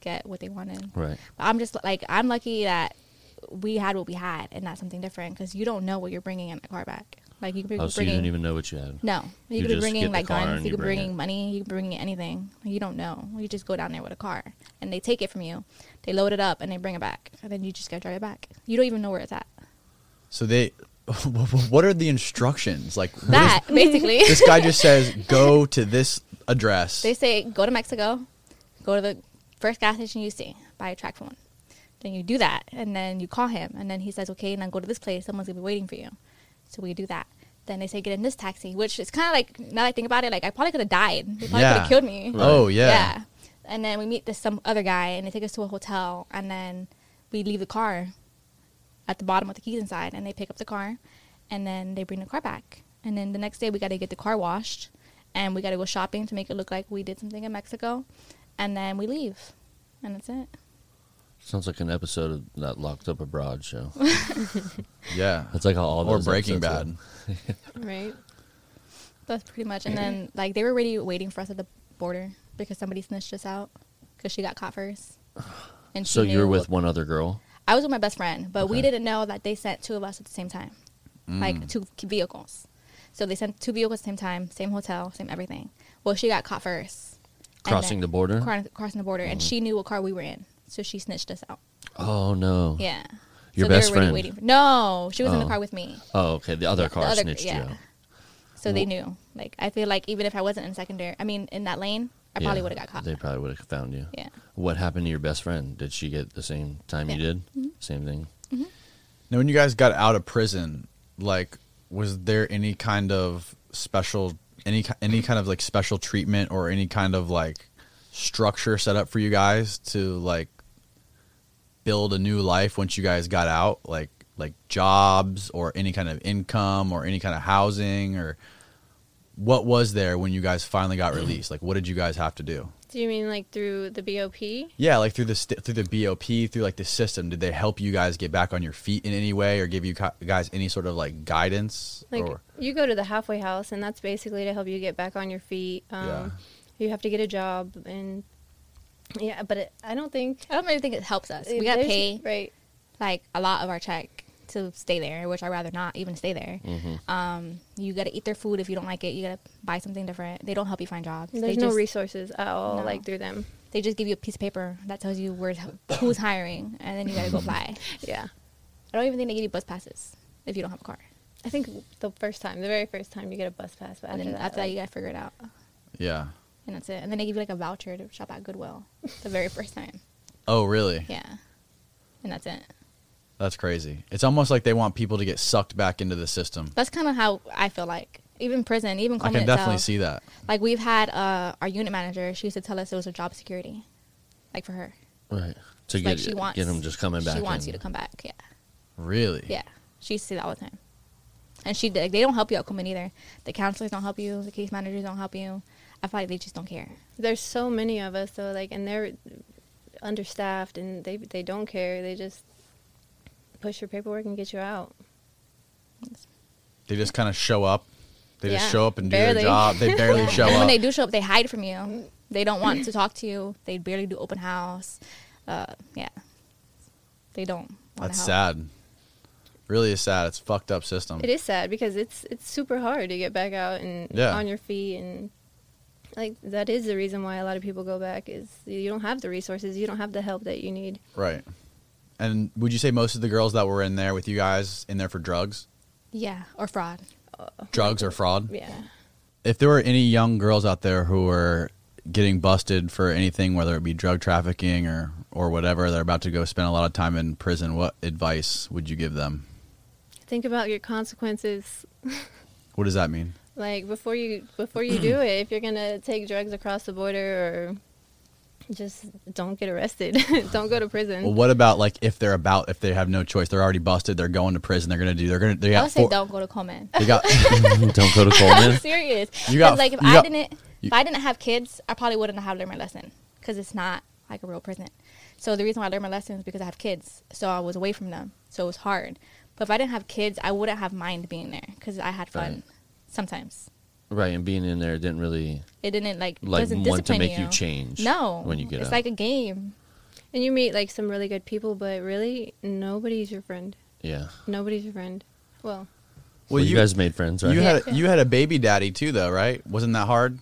Speaker 3: get what they wanted.
Speaker 5: Right.
Speaker 3: But I'm just like I'm lucky that we had what we had and not something different because you don't know what you're bringing in the car back. Like you could be
Speaker 5: Oh,
Speaker 3: bringing
Speaker 5: so you didn't even know what you had.
Speaker 3: no, you,
Speaker 5: You
Speaker 3: could be
Speaker 5: just get
Speaker 3: bringing
Speaker 5: the
Speaker 3: like
Speaker 5: car
Speaker 3: guns,
Speaker 5: and
Speaker 3: you
Speaker 5: you
Speaker 3: could be
Speaker 5: bring
Speaker 3: bringing
Speaker 5: it.
Speaker 3: money, you could bring anything. You don't know. You just go down there with a car and they take it from you. They load it up and they bring it back, and then you just gotta drive it back. You don't even know where it's at.
Speaker 1: So they, what are the instructions? Like what is-
Speaker 3: that basically
Speaker 1: this guy just says go to this address.
Speaker 3: they say go to mexico go to the first gas station you see buy a track phone then you do that and then you call him and then he says okay now go to this place someone's gonna be waiting for you so we do that then they say get in this taxi, which is kind of like now that I think about it, like I probably could have died. They probably
Speaker 1: Yeah.
Speaker 3: could have killed me.
Speaker 1: Oh yeah.
Speaker 3: Yeah. And then we meet this some other guy, and they take us to a hotel, and then we leave the car at the bottom with the keys inside, and they pick up the car, and then they bring the car back, and then the next day we got to get the car washed, and we got to go shopping to make it look like we did something in Mexico, and then we leave, and that's it.
Speaker 5: Sounds like an episode of that Locked Up Abroad show.
Speaker 1: Yeah.
Speaker 5: That's like how all
Speaker 1: Or
Speaker 5: those
Speaker 1: Breaking
Speaker 5: episodes
Speaker 1: Bad.
Speaker 2: Right.
Speaker 3: That's pretty much. And then
Speaker 5: Mm-hmm.
Speaker 3: like they were already waiting for us at the border because somebody snitched us out because she got caught first. And
Speaker 5: were. So
Speaker 3: she
Speaker 5: you were
Speaker 3: knew-
Speaker 5: with one other girl.
Speaker 3: I was with my best friend, but we
Speaker 5: Okay. Mm.
Speaker 3: didn't know that they sent two of us at the same time, like two k- vehicles. So they sent two vehicles at the same time, same hotel, same everything. Well, she got caught first. and
Speaker 5: Crossing
Speaker 3: then-
Speaker 5: the border? Mm.
Speaker 3: cro- crossing the border, and she knew what car we were in, so she snitched us out.
Speaker 5: Oh no.
Speaker 3: Yeah.
Speaker 5: Your
Speaker 3: so they were
Speaker 5: best
Speaker 3: already
Speaker 5: friend.
Speaker 3: Waiting for, no, she was in the
Speaker 5: Oh.
Speaker 3: car with me.
Speaker 5: Oh, okay. The other car
Speaker 3: other-
Speaker 5: snitched you
Speaker 3: yeah.
Speaker 5: out.
Speaker 3: So they knew. Like I feel like even if I wasn't in secondary, I mean in that lane, I probably
Speaker 5: Yeah,
Speaker 3: would have got caught.
Speaker 5: They probably would have found you.
Speaker 3: Yeah.
Speaker 5: What happened to your best friend? Did she get the same time you
Speaker 3: Yeah. Mm-hmm.
Speaker 5: did? Same thing.
Speaker 1: Now, when you guys got out of prison, like, was there any kind of special, any ki- any kind of like special treatment or any kind of like structure set up for you guys to like build a new life once you guys got out, like like jobs or any kind of income or any kind of housing or what was there when you guys finally got released? Like, what did you guys have to do?
Speaker 2: Do you mean like through the BOP?
Speaker 1: Yeah, like through the st- through the BOP, through like the system, did they help you guys get back on your feet in any way, or give you cu- guys any sort of like guidance?
Speaker 2: Like
Speaker 1: or,
Speaker 2: you go to the halfway house, and that's basically to help you get back on your feet. Um,
Speaker 1: Yeah.
Speaker 2: You have to get a job, and yeah, but it, I don't think
Speaker 3: I don't really think it helps us. We got
Speaker 2: There's-
Speaker 3: paid
Speaker 2: right.
Speaker 3: like a lot of our check to stay there, which I'd rather not even stay there.
Speaker 1: Mm-hmm.
Speaker 3: Um, you got to eat their food if you don't like it. You got to buy something different. They don't help you find jobs.
Speaker 2: There's
Speaker 3: they
Speaker 2: no
Speaker 3: just,
Speaker 2: resources at all,
Speaker 3: No.
Speaker 2: like through them.
Speaker 3: They just give you a piece of paper that tells you where who's hiring, and then you got to go apply.
Speaker 2: Yeah,
Speaker 3: I don't even think they give you bus passes if you don't have a car.
Speaker 2: I think the first time, the very first time, you get a bus pass, but
Speaker 3: And
Speaker 2: after
Speaker 3: then
Speaker 2: that,
Speaker 3: after that,
Speaker 2: like-
Speaker 3: you got to figure it out,
Speaker 1: yeah.
Speaker 3: and that's it. And then they give you like a voucher to shop at Goodwill the very first time.
Speaker 1: Oh, really?
Speaker 3: Yeah, and that's it.
Speaker 1: That's crazy. It's almost like they want people to get sucked back into the system.
Speaker 3: That's kind of how I feel like. Even prison, even
Speaker 1: I
Speaker 3: Coleman
Speaker 1: can definitely
Speaker 3: itself,
Speaker 1: see that.
Speaker 3: Like we've had uh, our unit manager. She used to tell us it was a job security, like for her.
Speaker 5: Right. To
Speaker 3: It's
Speaker 5: get
Speaker 3: like she wants
Speaker 5: get them just coming back.
Speaker 3: She wants
Speaker 5: in.
Speaker 3: you to come back. Yeah,
Speaker 1: Really?
Speaker 3: yeah. She used to say that all the time. And she did. They don't help you out coming either. The counselors don't help you. The case managers don't help you. I feel like they just don't care.
Speaker 2: there's so many of us though like and they're understaffed and they they don't care they just push your paperwork and get you out
Speaker 1: They just kind of show up. They just
Speaker 2: Yeah,
Speaker 1: show up and do
Speaker 2: barely.
Speaker 1: their job. They barely show
Speaker 3: and
Speaker 1: up.
Speaker 3: when they do show up, they hide from you. They don't want to talk to you. They barely do open house. Uh, yeah, they don't. wanna
Speaker 1: That's
Speaker 3: help.
Speaker 1: sad. Really is sad. It's a fucked up system.
Speaker 2: it is sad because it's it's super hard to get back out and
Speaker 1: Yeah.
Speaker 2: on your feet and like that is the reason why a lot of people go back is you don't have the resources you don't have the help that you need
Speaker 1: Right. And would you say most of the girls that were in there with you guys in there for drugs,
Speaker 3: Yeah, or fraud.
Speaker 1: drugs or fraud?
Speaker 2: yeah
Speaker 1: if there were any young girls out there who were getting busted for anything, whether it be drug trafficking or or whatever, they're about to go spend a lot of time in prison. What advice would you give them?
Speaker 2: think about your consequences
Speaker 1: What does that mean?
Speaker 2: like before you before you do it if you're gonna take drugs across the border or just don't get arrested don't go to prison
Speaker 1: Well, what about like if they're about if they have no choice, they're already busted, they're going to prison, they're gonna do, they're gonna they
Speaker 3: I
Speaker 1: got
Speaker 3: would say
Speaker 1: four-
Speaker 3: don't go to Coleman.
Speaker 1: they got
Speaker 5: Don't go
Speaker 3: I'm
Speaker 5: to Coleman.
Speaker 3: serious.
Speaker 1: You got-
Speaker 3: 'Cause, like if
Speaker 1: you
Speaker 3: I
Speaker 1: got-
Speaker 3: didn't
Speaker 1: you-
Speaker 3: if I didn't have kids, I probably wouldn't have learned my lesson because it's not like a real prison. So the reason why I learned my lesson is because I have kids. So I was away from them. So it was hard. But if I didn't have kids, I wouldn't have mind being there because I had fun.
Speaker 5: Right.
Speaker 3: Sometimes
Speaker 5: right, and being in there didn't really
Speaker 3: it didn't like
Speaker 5: like
Speaker 3: doesn't
Speaker 5: want to
Speaker 3: discipline
Speaker 5: make you. change.
Speaker 3: No,
Speaker 5: When you get
Speaker 3: it's
Speaker 5: out.
Speaker 3: like a game.
Speaker 2: And you meet like some really good people, but really nobody's your friend.
Speaker 5: yeah.
Speaker 2: Nobody's your friend. Well,
Speaker 5: Well, you, guys made friends, right?
Speaker 1: you had you had a baby daddy too, though, right? Wasn't that hard?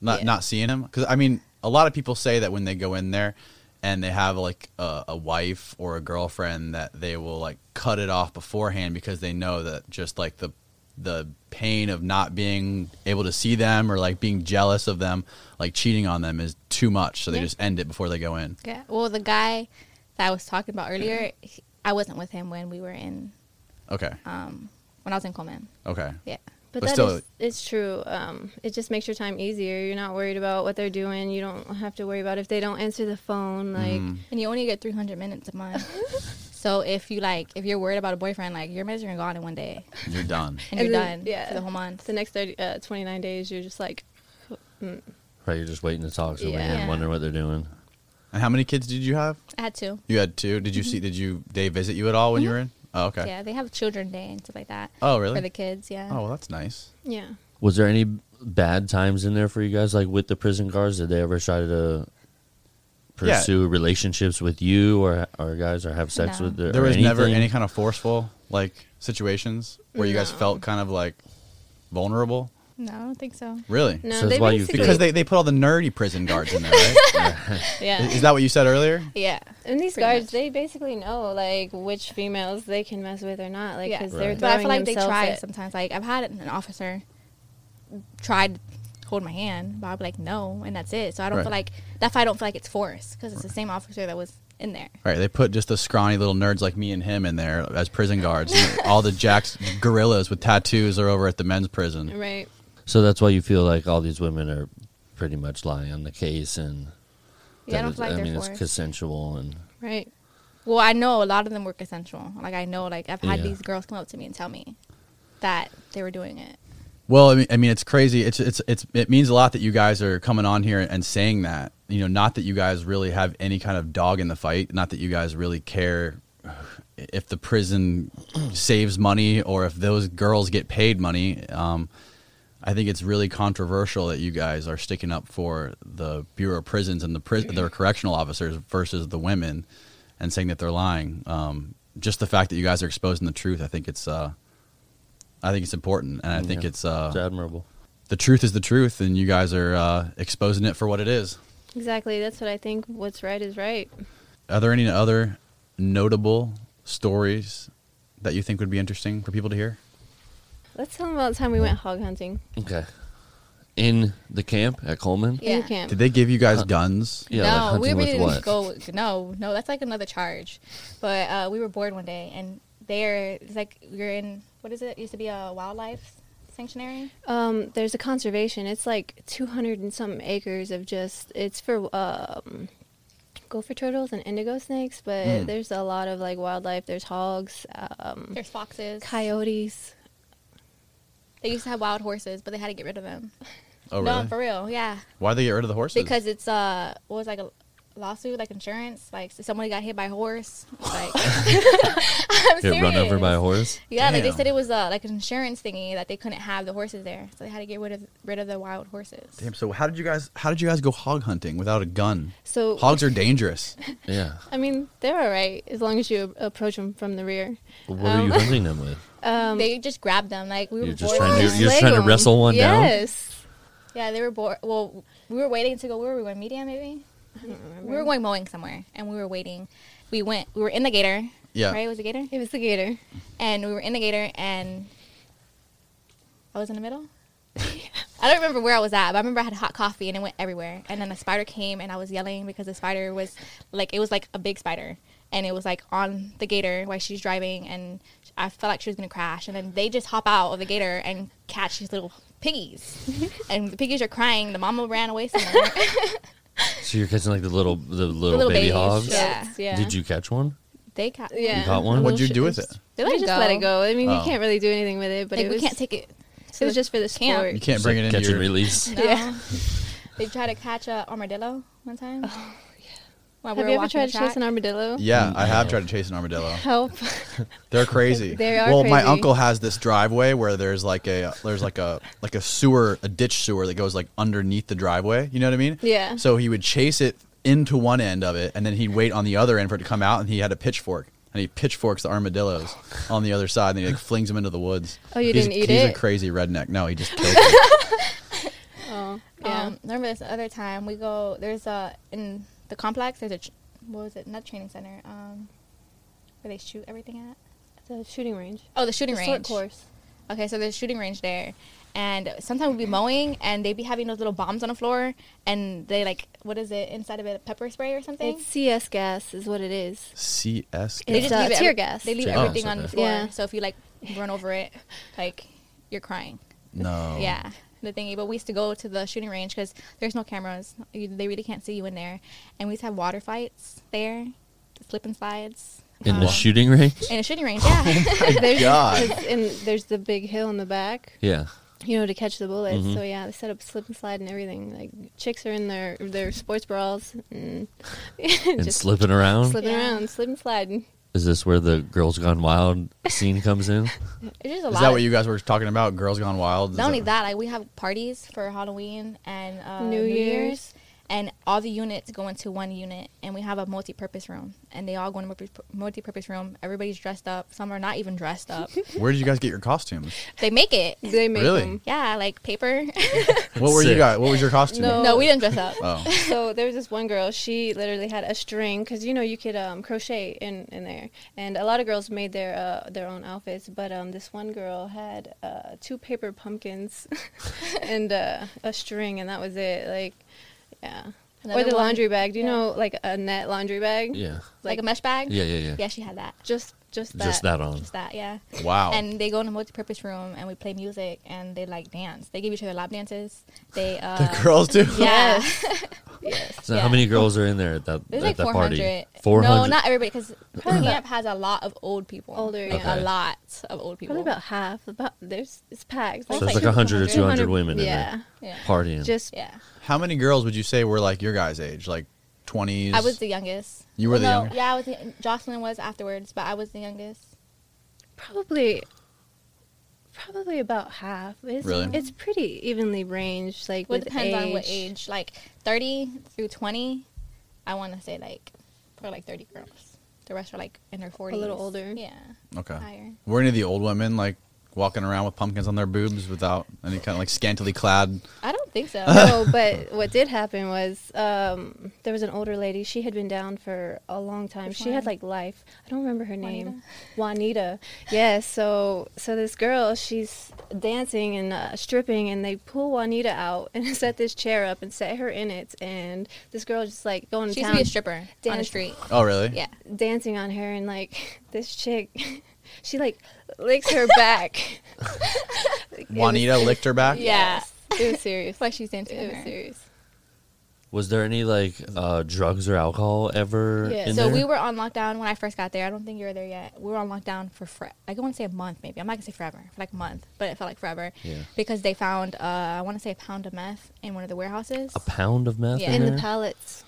Speaker 1: Not
Speaker 3: Yeah.
Speaker 1: not seeing him because I mean, a lot of people say that when they go in there and they have like a, a wife or a girlfriend that they will like cut it off beforehand because they know that just like the the pain of not being able to see them or like being jealous of them, like cheating on them is too much. So they
Speaker 3: Yeah.
Speaker 1: just end it before they go in.
Speaker 3: Yeah. Well, the guy that I was talking about earlier, he- I wasn't with him when we were in
Speaker 1: Okay.
Speaker 3: Uh. when I was in Coleman.
Speaker 1: Okay.
Speaker 3: Yeah.
Speaker 2: But,
Speaker 1: But
Speaker 2: that
Speaker 1: still-
Speaker 2: is- it's true. Um, it just makes your time easier. You're not worried about what they're doing. You don't have to worry about if they don't answer the phone.
Speaker 5: Mm.
Speaker 2: Like,
Speaker 3: And you only get 300 minutes a month. so if you like, if you're worried about a boyfriend, like your minutes are gone in one day
Speaker 1: You're done.
Speaker 3: and,
Speaker 2: And
Speaker 3: you're
Speaker 2: then-
Speaker 3: done
Speaker 2: yeah.
Speaker 3: for the whole month.
Speaker 2: the next 30, uh, 29 days, you're just like,
Speaker 5: Right, you're just waiting to talk to them
Speaker 2: Yeah.
Speaker 5: and wondering what they're doing.
Speaker 1: And how many kids did you have?
Speaker 3: I had two.
Speaker 1: You had two. Did you see? Did you they visit you at all when you were in? Oh, okay.
Speaker 3: Mm-hmm. Yeah, they have children day and stuff like that.
Speaker 1: Oh, really?
Speaker 3: For the kids, yeah.
Speaker 1: Oh, well, that's nice.
Speaker 2: yeah.
Speaker 5: Was there any bad times in there for you guys, like with the prison guards? Did they ever try to
Speaker 1: Yeah.
Speaker 5: pursue relationships with you or or guys or have sex
Speaker 3: No.
Speaker 5: with the,
Speaker 1: There
Speaker 5: or
Speaker 1: was never
Speaker 5: anything?
Speaker 1: any kind of forceful like situations where you guys
Speaker 2: No.
Speaker 1: felt kind of like vulnerable.
Speaker 3: No, I don't think so.
Speaker 1: Really?
Speaker 2: No,
Speaker 5: So that's
Speaker 2: they
Speaker 5: why you
Speaker 2: basically.
Speaker 1: Because they, they put all the nerdy prison guards in there, right?
Speaker 2: yeah.
Speaker 1: Is that what you said earlier?
Speaker 3: Yeah.
Speaker 2: And these
Speaker 3: Pretty
Speaker 2: guards,
Speaker 3: much.
Speaker 2: they basically know like which females they can mess with or not, like
Speaker 3: Yeah.
Speaker 2: because they're
Speaker 5: Right.
Speaker 3: But I
Speaker 2: throwing
Speaker 3: feel like they
Speaker 2: themselves
Speaker 3: try
Speaker 2: at-
Speaker 3: sometimes. Like I've had an officer tried to hold my hand, but I'm like no, and that's it. So I don't
Speaker 1: Right.
Speaker 3: feel like that's why I don't feel like it's forced because it's the same officer that was in there.
Speaker 1: All right, they put just the scrawny little nerds like me and him in there as prison guards. And all the jacked gorillas with tattoos are over at the men's prison.
Speaker 2: Right.
Speaker 5: So that's why you feel like all these women are pretty much lying on the case, and
Speaker 3: Yeah, I
Speaker 5: that
Speaker 3: don't
Speaker 5: is-
Speaker 3: feel like
Speaker 5: I
Speaker 3: they're
Speaker 5: mean it's
Speaker 3: forced.
Speaker 5: consensual and
Speaker 2: Right.
Speaker 3: well, I know a lot of them were consensual. Like I know, like I've had
Speaker 5: Yeah.
Speaker 3: these girls come up to me and tell me that they were doing it.
Speaker 1: Well, I mean, I mean, it's crazy. It's it's it's it means a lot that you guys are coming on here and saying that. You know, not that you guys really have any kind of dog in the fight. Not that you guys really care if the prison saves money or if those girls get paid money. Um, I think it's really controversial that you guys are sticking up for the Bureau of Prisons and the pris- their correctional officers versus the women, and saying that they're lying. Um, just the fact that you guys are exposing the truth, I think it's, uh, I think it's important, and I think
Speaker 5: Yeah.
Speaker 1: it's, uh,
Speaker 5: it's admirable.
Speaker 1: the truth is the truth, and you guys are uh, exposing it for what it is.
Speaker 2: Exactly. That's what I think. What's right is right.
Speaker 1: Are there any other notable stories that you think would be interesting for people to hear?
Speaker 2: Let's tell them about the time we went hog hunting.
Speaker 5: Okay, in the camp at Coleman.
Speaker 2: Yeah.
Speaker 3: Yeah.
Speaker 2: camp.
Speaker 1: Did they give you guys guns?
Speaker 5: Yeah,
Speaker 3: no,
Speaker 5: like hunting
Speaker 3: we really
Speaker 5: with
Speaker 3: didn't
Speaker 5: what?
Speaker 3: go. with- No, no, that's like another charge. But uh, we were bored one day, and there, it's like you're in what is it? it used to be a wildlife sanctuary.
Speaker 2: Um, there's a conservation. It's like 200 and some acres of just. It's for um, gopher turtles and indigo snakes, but
Speaker 5: Hmm.
Speaker 2: there's a lot of like wildlife. There's hogs,
Speaker 5: Mm.
Speaker 2: um,
Speaker 3: There's foxes.
Speaker 2: coyotes.
Speaker 3: They used to have wild horses, but they had to get rid of them.
Speaker 1: Oh,
Speaker 3: no,
Speaker 1: really?
Speaker 3: for real, yeah.
Speaker 1: Why would they get rid of the horses?
Speaker 3: Because it's uh, what was it, like a lawsuit, like insurance, like so somebody got hit by a horse, like I'm
Speaker 5: Get run over
Speaker 3: serious.
Speaker 5: by a horse.
Speaker 3: Yeah, like they
Speaker 1: Damn.
Speaker 3: said it was uh, like an insurance thingy that they couldn't have the horses there, so they had to get rid of rid of the wild horses.
Speaker 1: Damn, so how did you guys how did you guys go hog hunting without a gun?
Speaker 2: So
Speaker 1: Hogs are dangerous.
Speaker 5: Yeah,
Speaker 2: I mean, they're all right as long as you approach them from the rear.
Speaker 5: Well, what
Speaker 3: Um,
Speaker 5: are you hunting them with?
Speaker 3: they just grabbed them. Like we were
Speaker 5: Um, You're just
Speaker 3: bored.
Speaker 5: trying to
Speaker 2: Just
Speaker 5: you're just
Speaker 2: leg
Speaker 5: trying to
Speaker 2: 'em.
Speaker 5: wrestle one down.
Speaker 2: yes.
Speaker 3: Yeah, they were bored. Well, we were waiting to go. Where were we going? Media, maybe. We were going mowing somewhere, and we were waiting. We went. We were in the gator.
Speaker 1: Yeah.
Speaker 3: Right, it was a gator,
Speaker 2: It was the gator.
Speaker 3: and we were in the gator, and I was in the middle. I don't remember where I was at, but I remember I had hot coffee and it went everywhere. And then a spider came and I was yelling because the spider was like it was like a big spider and it was like on the gator while she's driving and I felt like she was gonna crash. And then they just hop out of the gator and catch these little piggies, and the piggies are crying. The mama ran away somewhere.
Speaker 5: So you're catching like the little the little,
Speaker 3: little
Speaker 5: baby
Speaker 3: babies,
Speaker 5: hogs.
Speaker 3: Yeah.
Speaker 2: Yeah.
Speaker 5: Did you catch one?
Speaker 3: they ca-
Speaker 2: Yeah.
Speaker 5: You caught one?
Speaker 2: A
Speaker 1: What'd you
Speaker 2: little
Speaker 1: do
Speaker 2: sh-
Speaker 1: with it?
Speaker 3: They
Speaker 2: We
Speaker 3: let
Speaker 2: just let it go. I mean,
Speaker 1: Oh.
Speaker 2: you can't really do anything with it, but
Speaker 3: Like
Speaker 2: it
Speaker 3: we
Speaker 2: was,
Speaker 3: can't take it.
Speaker 2: it was just for the
Speaker 3: camp.
Speaker 2: sport.
Speaker 1: You can't bring it into
Speaker 5: catch
Speaker 1: your
Speaker 5: and release.
Speaker 3: No.
Speaker 2: Yeah.
Speaker 3: they tried to catch a armadillo one time. Oh, yeah.
Speaker 2: Have you ever tried to chase an armadillo?
Speaker 1: Yeah, I have tried to chase an armadillo.
Speaker 2: Help.
Speaker 1: They're crazy.
Speaker 2: They are
Speaker 1: well, my
Speaker 2: crazy.
Speaker 1: uncle has this driveway where there's like a there's like a like a sewer, a ditch sewer that goes like underneath the driveway. You know what I mean?
Speaker 2: Yeah.
Speaker 1: So he would chase it into one end of it, and then he'd wait on the other end for it to come out, and he had a pitchfork. And he pitchforks the armadillos on the other side, and he like flings them into the woods.
Speaker 2: Oh, you
Speaker 1: he's,
Speaker 2: didn't eat
Speaker 1: he's a
Speaker 2: it?
Speaker 1: crazy redneck. No, he just killed it.
Speaker 2: oh, yeah.
Speaker 3: Um, remember this other time we go. There's a in the complex. There's a tr- what was it? Not training center. Um, where they shoot everything at.
Speaker 2: the shooting range.
Speaker 3: Oh, the shooting
Speaker 2: The
Speaker 3: range.
Speaker 2: sort course.
Speaker 3: Okay, so there's a shooting range there, and sometimes we'd be mowing, and they'd be having those little bombs on the floor, and they like what is it inside of it? Pepper spray or something?
Speaker 2: It's CS gas, is what it is.
Speaker 1: CS.
Speaker 3: they
Speaker 2: it's,
Speaker 3: just
Speaker 2: uh,
Speaker 3: leave it
Speaker 2: tear
Speaker 3: every-
Speaker 2: gas.
Speaker 3: They leave
Speaker 5: Tear
Speaker 3: everything
Speaker 5: gas,
Speaker 3: on the
Speaker 5: okay.
Speaker 3: floor.
Speaker 2: Yeah.
Speaker 3: So if you like run over it, like you're crying.
Speaker 5: Oh.
Speaker 1: No.
Speaker 3: Yeah, the thingy. But we used to go to the shooting range because there's no cameras. You, they really can't see you in there. And we used to have water fights there, slip and slides.
Speaker 5: in the
Speaker 3: um,
Speaker 5: shooting range.
Speaker 3: In a shooting range, yeah.
Speaker 2: there's,
Speaker 1: God.
Speaker 2: 'cause- And there's the big hill in the back,
Speaker 5: Yeah,
Speaker 2: you know, to catch the bullets.
Speaker 1: Mm-hmm.
Speaker 2: So yeah, they set up slip and slide and everything. Like chicks are in their their sports bras and,
Speaker 5: and
Speaker 2: just
Speaker 5: slipping around.
Speaker 2: slipping
Speaker 3: Yeah.
Speaker 2: around, slip and sliding.
Speaker 5: Is this where the Girls Gone Wild scene comes in?
Speaker 3: There's just a
Speaker 1: Is
Speaker 3: lot.
Speaker 1: that
Speaker 3: of-
Speaker 1: what you guys were talking about? Girls Gone Wild. Is
Speaker 3: Not only that, like we have parties for Halloween and uh,
Speaker 2: New
Speaker 3: New,
Speaker 2: Year's.
Speaker 3: Year's. and all the units go into one unit, and we have a multi-purpose room, and they all go in a multi- multi-purpose room. Everybody's dressed up. Some are not even dressed up.
Speaker 1: Where did you guys get your costumes?
Speaker 3: they make it.
Speaker 2: They make
Speaker 1: Really?
Speaker 2: them.
Speaker 3: Yeah, like paper.
Speaker 1: What were you
Speaker 5: Sick.
Speaker 1: guys? What was your costume?
Speaker 2: No.
Speaker 3: no, we didn't dress up.
Speaker 5: Uh.
Speaker 1: Oh,
Speaker 2: so there was this one girl. She literally had a string because you know you could um, crochet in, in there, and a lot of girls made their uh, their own outfits. But um, this one girl had uh, two paper pumpkins and uh, a string, and that was it. Like, yeah. or
Speaker 3: Another
Speaker 2: the
Speaker 3: one-
Speaker 2: laundry bag. Do you
Speaker 3: yeah.
Speaker 2: know like a net laundry bag?
Speaker 5: Yeah,
Speaker 3: Like, a mesh bag.
Speaker 5: yeah, yeah, yeah.
Speaker 3: Yeah, she had that.
Speaker 2: Just just that.
Speaker 5: Just that on.
Speaker 3: Just that, yeah.
Speaker 1: wow.
Speaker 3: And they go in a multi-purpose room, and we play music, and they like dance. They give each other lap dances. They uh,
Speaker 1: the girls do.
Speaker 3: Yeah.
Speaker 5: So how
Speaker 3: Yeah.
Speaker 5: many girls are in there at that
Speaker 3: There's
Speaker 5: at
Speaker 3: like
Speaker 5: that
Speaker 3: 400.
Speaker 5: party?
Speaker 3: No, not everybody, because camp has a lot of old people.
Speaker 2: Older,
Speaker 3: Like,
Speaker 5: yeah. Okay.
Speaker 3: A lot of old people.
Speaker 2: Probably about half. About there's it's packed.
Speaker 5: So
Speaker 3: So
Speaker 2: There's,
Speaker 3: it's like
Speaker 5: there's like 100 or
Speaker 3: 200
Speaker 5: 200 women
Speaker 2: Yeah.
Speaker 5: in
Speaker 3: yeah.
Speaker 5: there partying.
Speaker 2: Just
Speaker 3: yeah.
Speaker 1: How many girls would you say were like your guys' age, like twenties?
Speaker 3: I was the youngest.
Speaker 1: You were the youngest?
Speaker 3: Yeah, I was. The, Jocelyn was afterwards, but I was the youngest.
Speaker 2: Probably, probably about half. It's,
Speaker 1: Really?
Speaker 2: It's pretty evenly ranged. Like
Speaker 3: Well,
Speaker 2: with
Speaker 3: it depends
Speaker 2: age.
Speaker 3: on what age. Like 30 through 20, I want to say like for like 30 girls. The rest are like in their 40s.
Speaker 2: older.
Speaker 3: Yeah.
Speaker 1: okay.
Speaker 3: Higher.
Speaker 1: Were any of the old women like walking around with pumpkins on their boobs without any kind of like scantily clad?
Speaker 3: I don't think so.
Speaker 2: no, Oh, but what did happen was um, there was an older lady. She had been down for a long time.
Speaker 3: Which
Speaker 2: she had
Speaker 3: one?
Speaker 2: like life. I don't remember her name. Juanita. Yes. so so this girl, she's dancing and uh, stripping, and they pull Juanita out and set this chair up and set her in it. And this girl just like going to
Speaker 3: She used
Speaker 2: town.
Speaker 3: to be a stripper on the
Speaker 2: Dance.
Speaker 3: street.
Speaker 1: Oh, really?
Speaker 3: Yeah.
Speaker 2: dancing on her and like this chick she like licks her back
Speaker 1: Juanita licked her back.
Speaker 3: Yeah.
Speaker 2: it was serious
Speaker 3: Like she's dancing.
Speaker 2: it
Speaker 3: in
Speaker 2: was
Speaker 3: her.
Speaker 2: serious
Speaker 5: Was there any like uh, drugs or alcohol ever?
Speaker 2: Yeah.
Speaker 5: in
Speaker 3: so
Speaker 5: there?
Speaker 3: we were on lockdown when I first got there. I don't think you were there yet. We were on lockdown for fre- like I want to say a month, maybe. I'm not gonna say forever, for like a month, but it felt like forever.
Speaker 5: Yeah.
Speaker 3: Because they found uh, I want to say a pound of meth in one of the warehouses.
Speaker 5: a pound of meth
Speaker 3: Yeah.
Speaker 2: in
Speaker 5: in,
Speaker 2: the
Speaker 1: Uh-huh.
Speaker 5: there?
Speaker 2: pallets